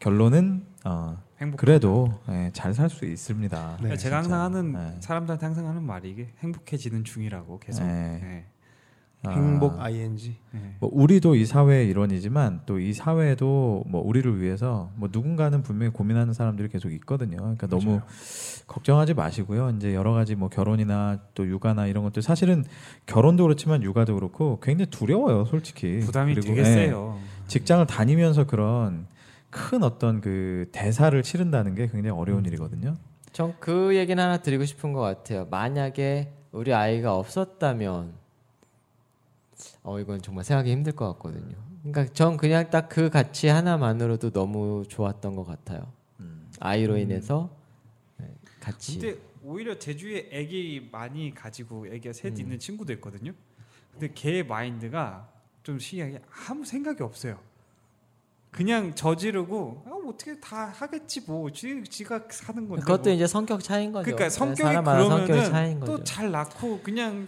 결론은 어,
행복.
그래도 예, 잘 살 수 있습니다.
네,
제가 항상 하는
네.
사람들한테 항상 하는 말이 이게 행복해지는 중이라고 계속.
네.
예.
아, [LAUGHS]
행복 ing.
예.
뭐 우리도 이 사회의 일원이지만 또 이 사회도 뭐 우리를 위해서 뭐 누군가는 분명히 고민하는 사람들이 계속 있거든요. 그러니까 너무 걱정하지 마시고요. 이제 여러 가지 뭐 결혼이나 또 육아나 이런 것들 사실은 결혼도 그렇지만 육아도 그렇고 굉장히 두려워요, 솔직히.
부담이
그리고,
되게
예,
세요.
직장을 다니면서 그런 큰 어떤 그 대사를 치른다는 게 굉장히
음.
어려운 일이거든요.
전 그 얘기는 하나 드리고 싶은 것 같아요. 만약에 우리 아이가 없었다면, 어 이건 정말 생각이 힘들 것 같거든요. 그러니까 전 그냥 딱 그 가치 하나만으로도 너무 좋았던 것 같아요. 아이로 인해서 네, 같이
음. 근데 오히려 제주에 애기 많이 가지고 애기가 셋
음.
있는 친구도 있거든요. 근데 걔 마인드가 좀 신기하게 아무 생각이 없어요. 그냥 저지르고 아, 뭐 어떻게 다 하겠지 뭐 지, 지가 사는 건데
그것도
뭐.
이제 성격 차인 거죠.
그러니까
네,
성격이
사람마다 성격이 차이인
그러면은
거죠.
또 잘 낳고 그냥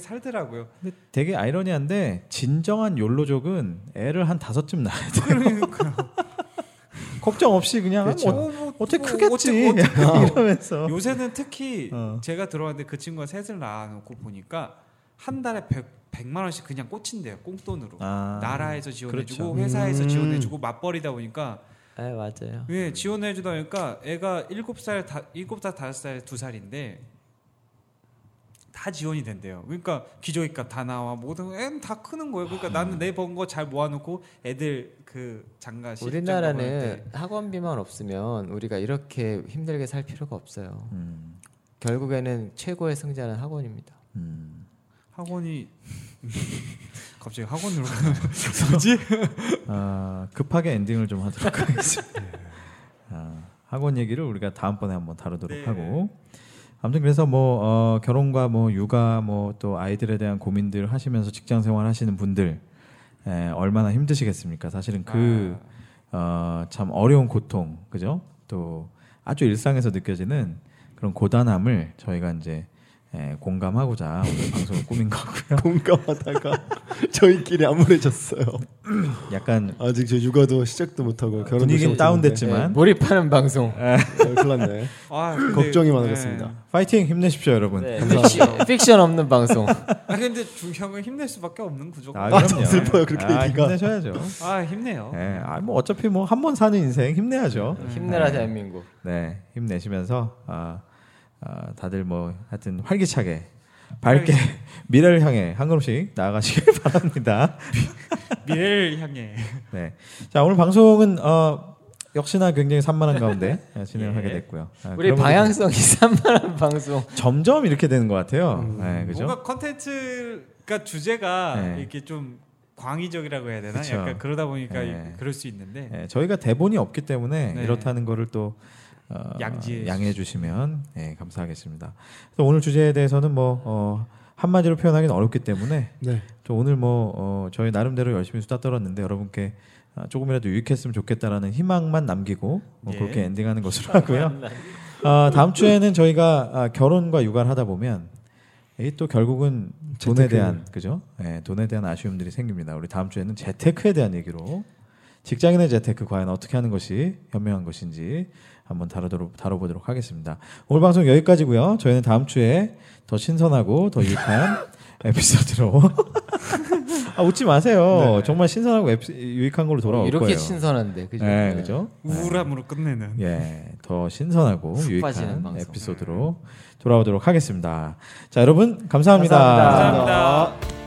[LAUGHS]
살더라고요.
근데 되게 아이러니한데 진정한 욜로족은 애를 한 다섯쯤 낳아야 [LAUGHS] 돼요. 걱정 없이 그냥 뭐
어, 그러니까 뭐,
어떻게
뭐,
크겠지
어떻게-
[LAUGHS]
[LAUGHS]
이러면서
요새는 특히
어.
제가 들어왔는데 그 친구가 셋을 낳아놓고 보니까 한 달에 100, 만 원씩 그냥 꽂힌대요. 꽁돈으로.
아,
나라에서 지원해주고
그렇죠.
회사에서
음.
지원해주고 맞벌이다 보니까
네 맞아요.
예, 지원해주다 보니까 애가 7살, 다, 7살, 5살, 2살인데 다 지원이 된대요. 그러니까 기저귀 값다 나와 모든 애는 다 크는 거예요. 그러니까 나는 내 번 거 잘 모아놓고 애들 그 장가 시집 장가
우리나라는 학원비만 없으면 우리가 이렇게 힘들게 살 필요가 없어요.
음,
결국에는 최고의 승자는 학원입니다.
음.
학원이 [LAUGHS] 갑자기 학원으로 뭐지?
아, 급하게 엔딩을 좀
[LAUGHS]
하도록
네.
하겠습니다. 아, 학원 얘기를 우리가 다음번에 한번 다루도록
네.
하고 아무튼 그래서 뭐 어, 결혼과 뭐 육아 뭐 또 아이들에 대한 고민들 하시면서 직장 생활 하시는 분들 에, 얼마나 힘드시겠습니까? 사실은 그
아.
어, 참 어려운 고통, 그죠? 또 아주 일상에서 느껴지는 그런 고단함을 저희가 이제 에, 공감하고자 오늘 방송을 꾸민 거고요.
공감하다가 [LAUGHS] 저희끼리 암울해졌어요.
약간
아직 저 육아도 시작도 못하고 결혼
분위기는 다운됐지만
네, 몰입하는 방송.
큰일났네.
아, 근데-
걱정이
네.
많아졌습니다.
파이팅 힘내십시오, 여러분.
네, 픽션, 픽션 없는 방송.
음,
아 근데 중요한 건 힘낼 수밖에 없는 구조가.
아,
아,
그럼요.
슬퍼요, 그렇게
아,
얘기가.
힘내셔야죠.
힘내요.
네, 아, 뭐 어차피 뭐 한 번 사는 인생 힘내야죠.
힘내라 대한민국.
네, 힘내시면서 아, 아, 다들 뭐 하여튼 활기차게 밝게 [LAUGHS] 미래를 향해 한 걸음씩 나아가시길 [LAUGHS] 바랍니다.
미래를 향해.
네. 자, 오늘 방송은 어, 역시나 굉장히 산만한 가운데 진행하게
예.
됐고요. 아,
우리
그런 것도
방향성이 산만한 방송.
점점 이렇게 되는 것 같아요. 네, 그죠?
뭔가 컨텐츠가 주제가
네.
이렇게 좀 광의적이라고 해야 되나?
그쵸.
약간 그러다 보니까
네.
그럴 수 있는데
네, 저희가 대본이 없기 때문에
네.
이렇다는 거를 또 어,
양지해
양해해 주시면 네, 감사하겠습니다. 그래서 오늘 주제에 대해서는 뭐 어, 한마디로 표현하기는 어렵기 때문에
네.
또 오늘 뭐 어, 저희 나름대로 열심히 수다 떨었는데 여러분께 아, 조금이라도 유익했으면 좋겠다라는 희망만 남기고 뭐
예.
그렇게 엔딩하는 것으로 하고요. 아, 다음 주에는 저희가 아, 결혼과 육아를 하다 보면 이게 또 결국은 돈에
재테크.
대한 그죠? 예, 돈에 대한 아쉬움들이 생깁니다. 우리 다음 주에는 재테크에 대한 얘기로 직장인의 재테크 과연 어떻게 하는 것이 현명한 것인지 한번 다루도록 다뤄보도록 하겠습니다. 오늘 방송 여기까지고요. 저희는 다음 주에 더 신선하고
[LAUGHS]
더 유익한 에피소드로 [LAUGHS] 아, 웃지 마세요. 정말 신선하고 에피- 유익한 걸로 돌아올
네. 이렇게
거예요.
신선한데 그죠?
예,
네.
그죠?
우울함으로 끝내는
예, 더 신선하고
훅 빠지는
유익한
방송.
에피소드로 돌아오도록 하겠습니다. 자, 여러분 감사합니다.
감사합니다.
감사합니다.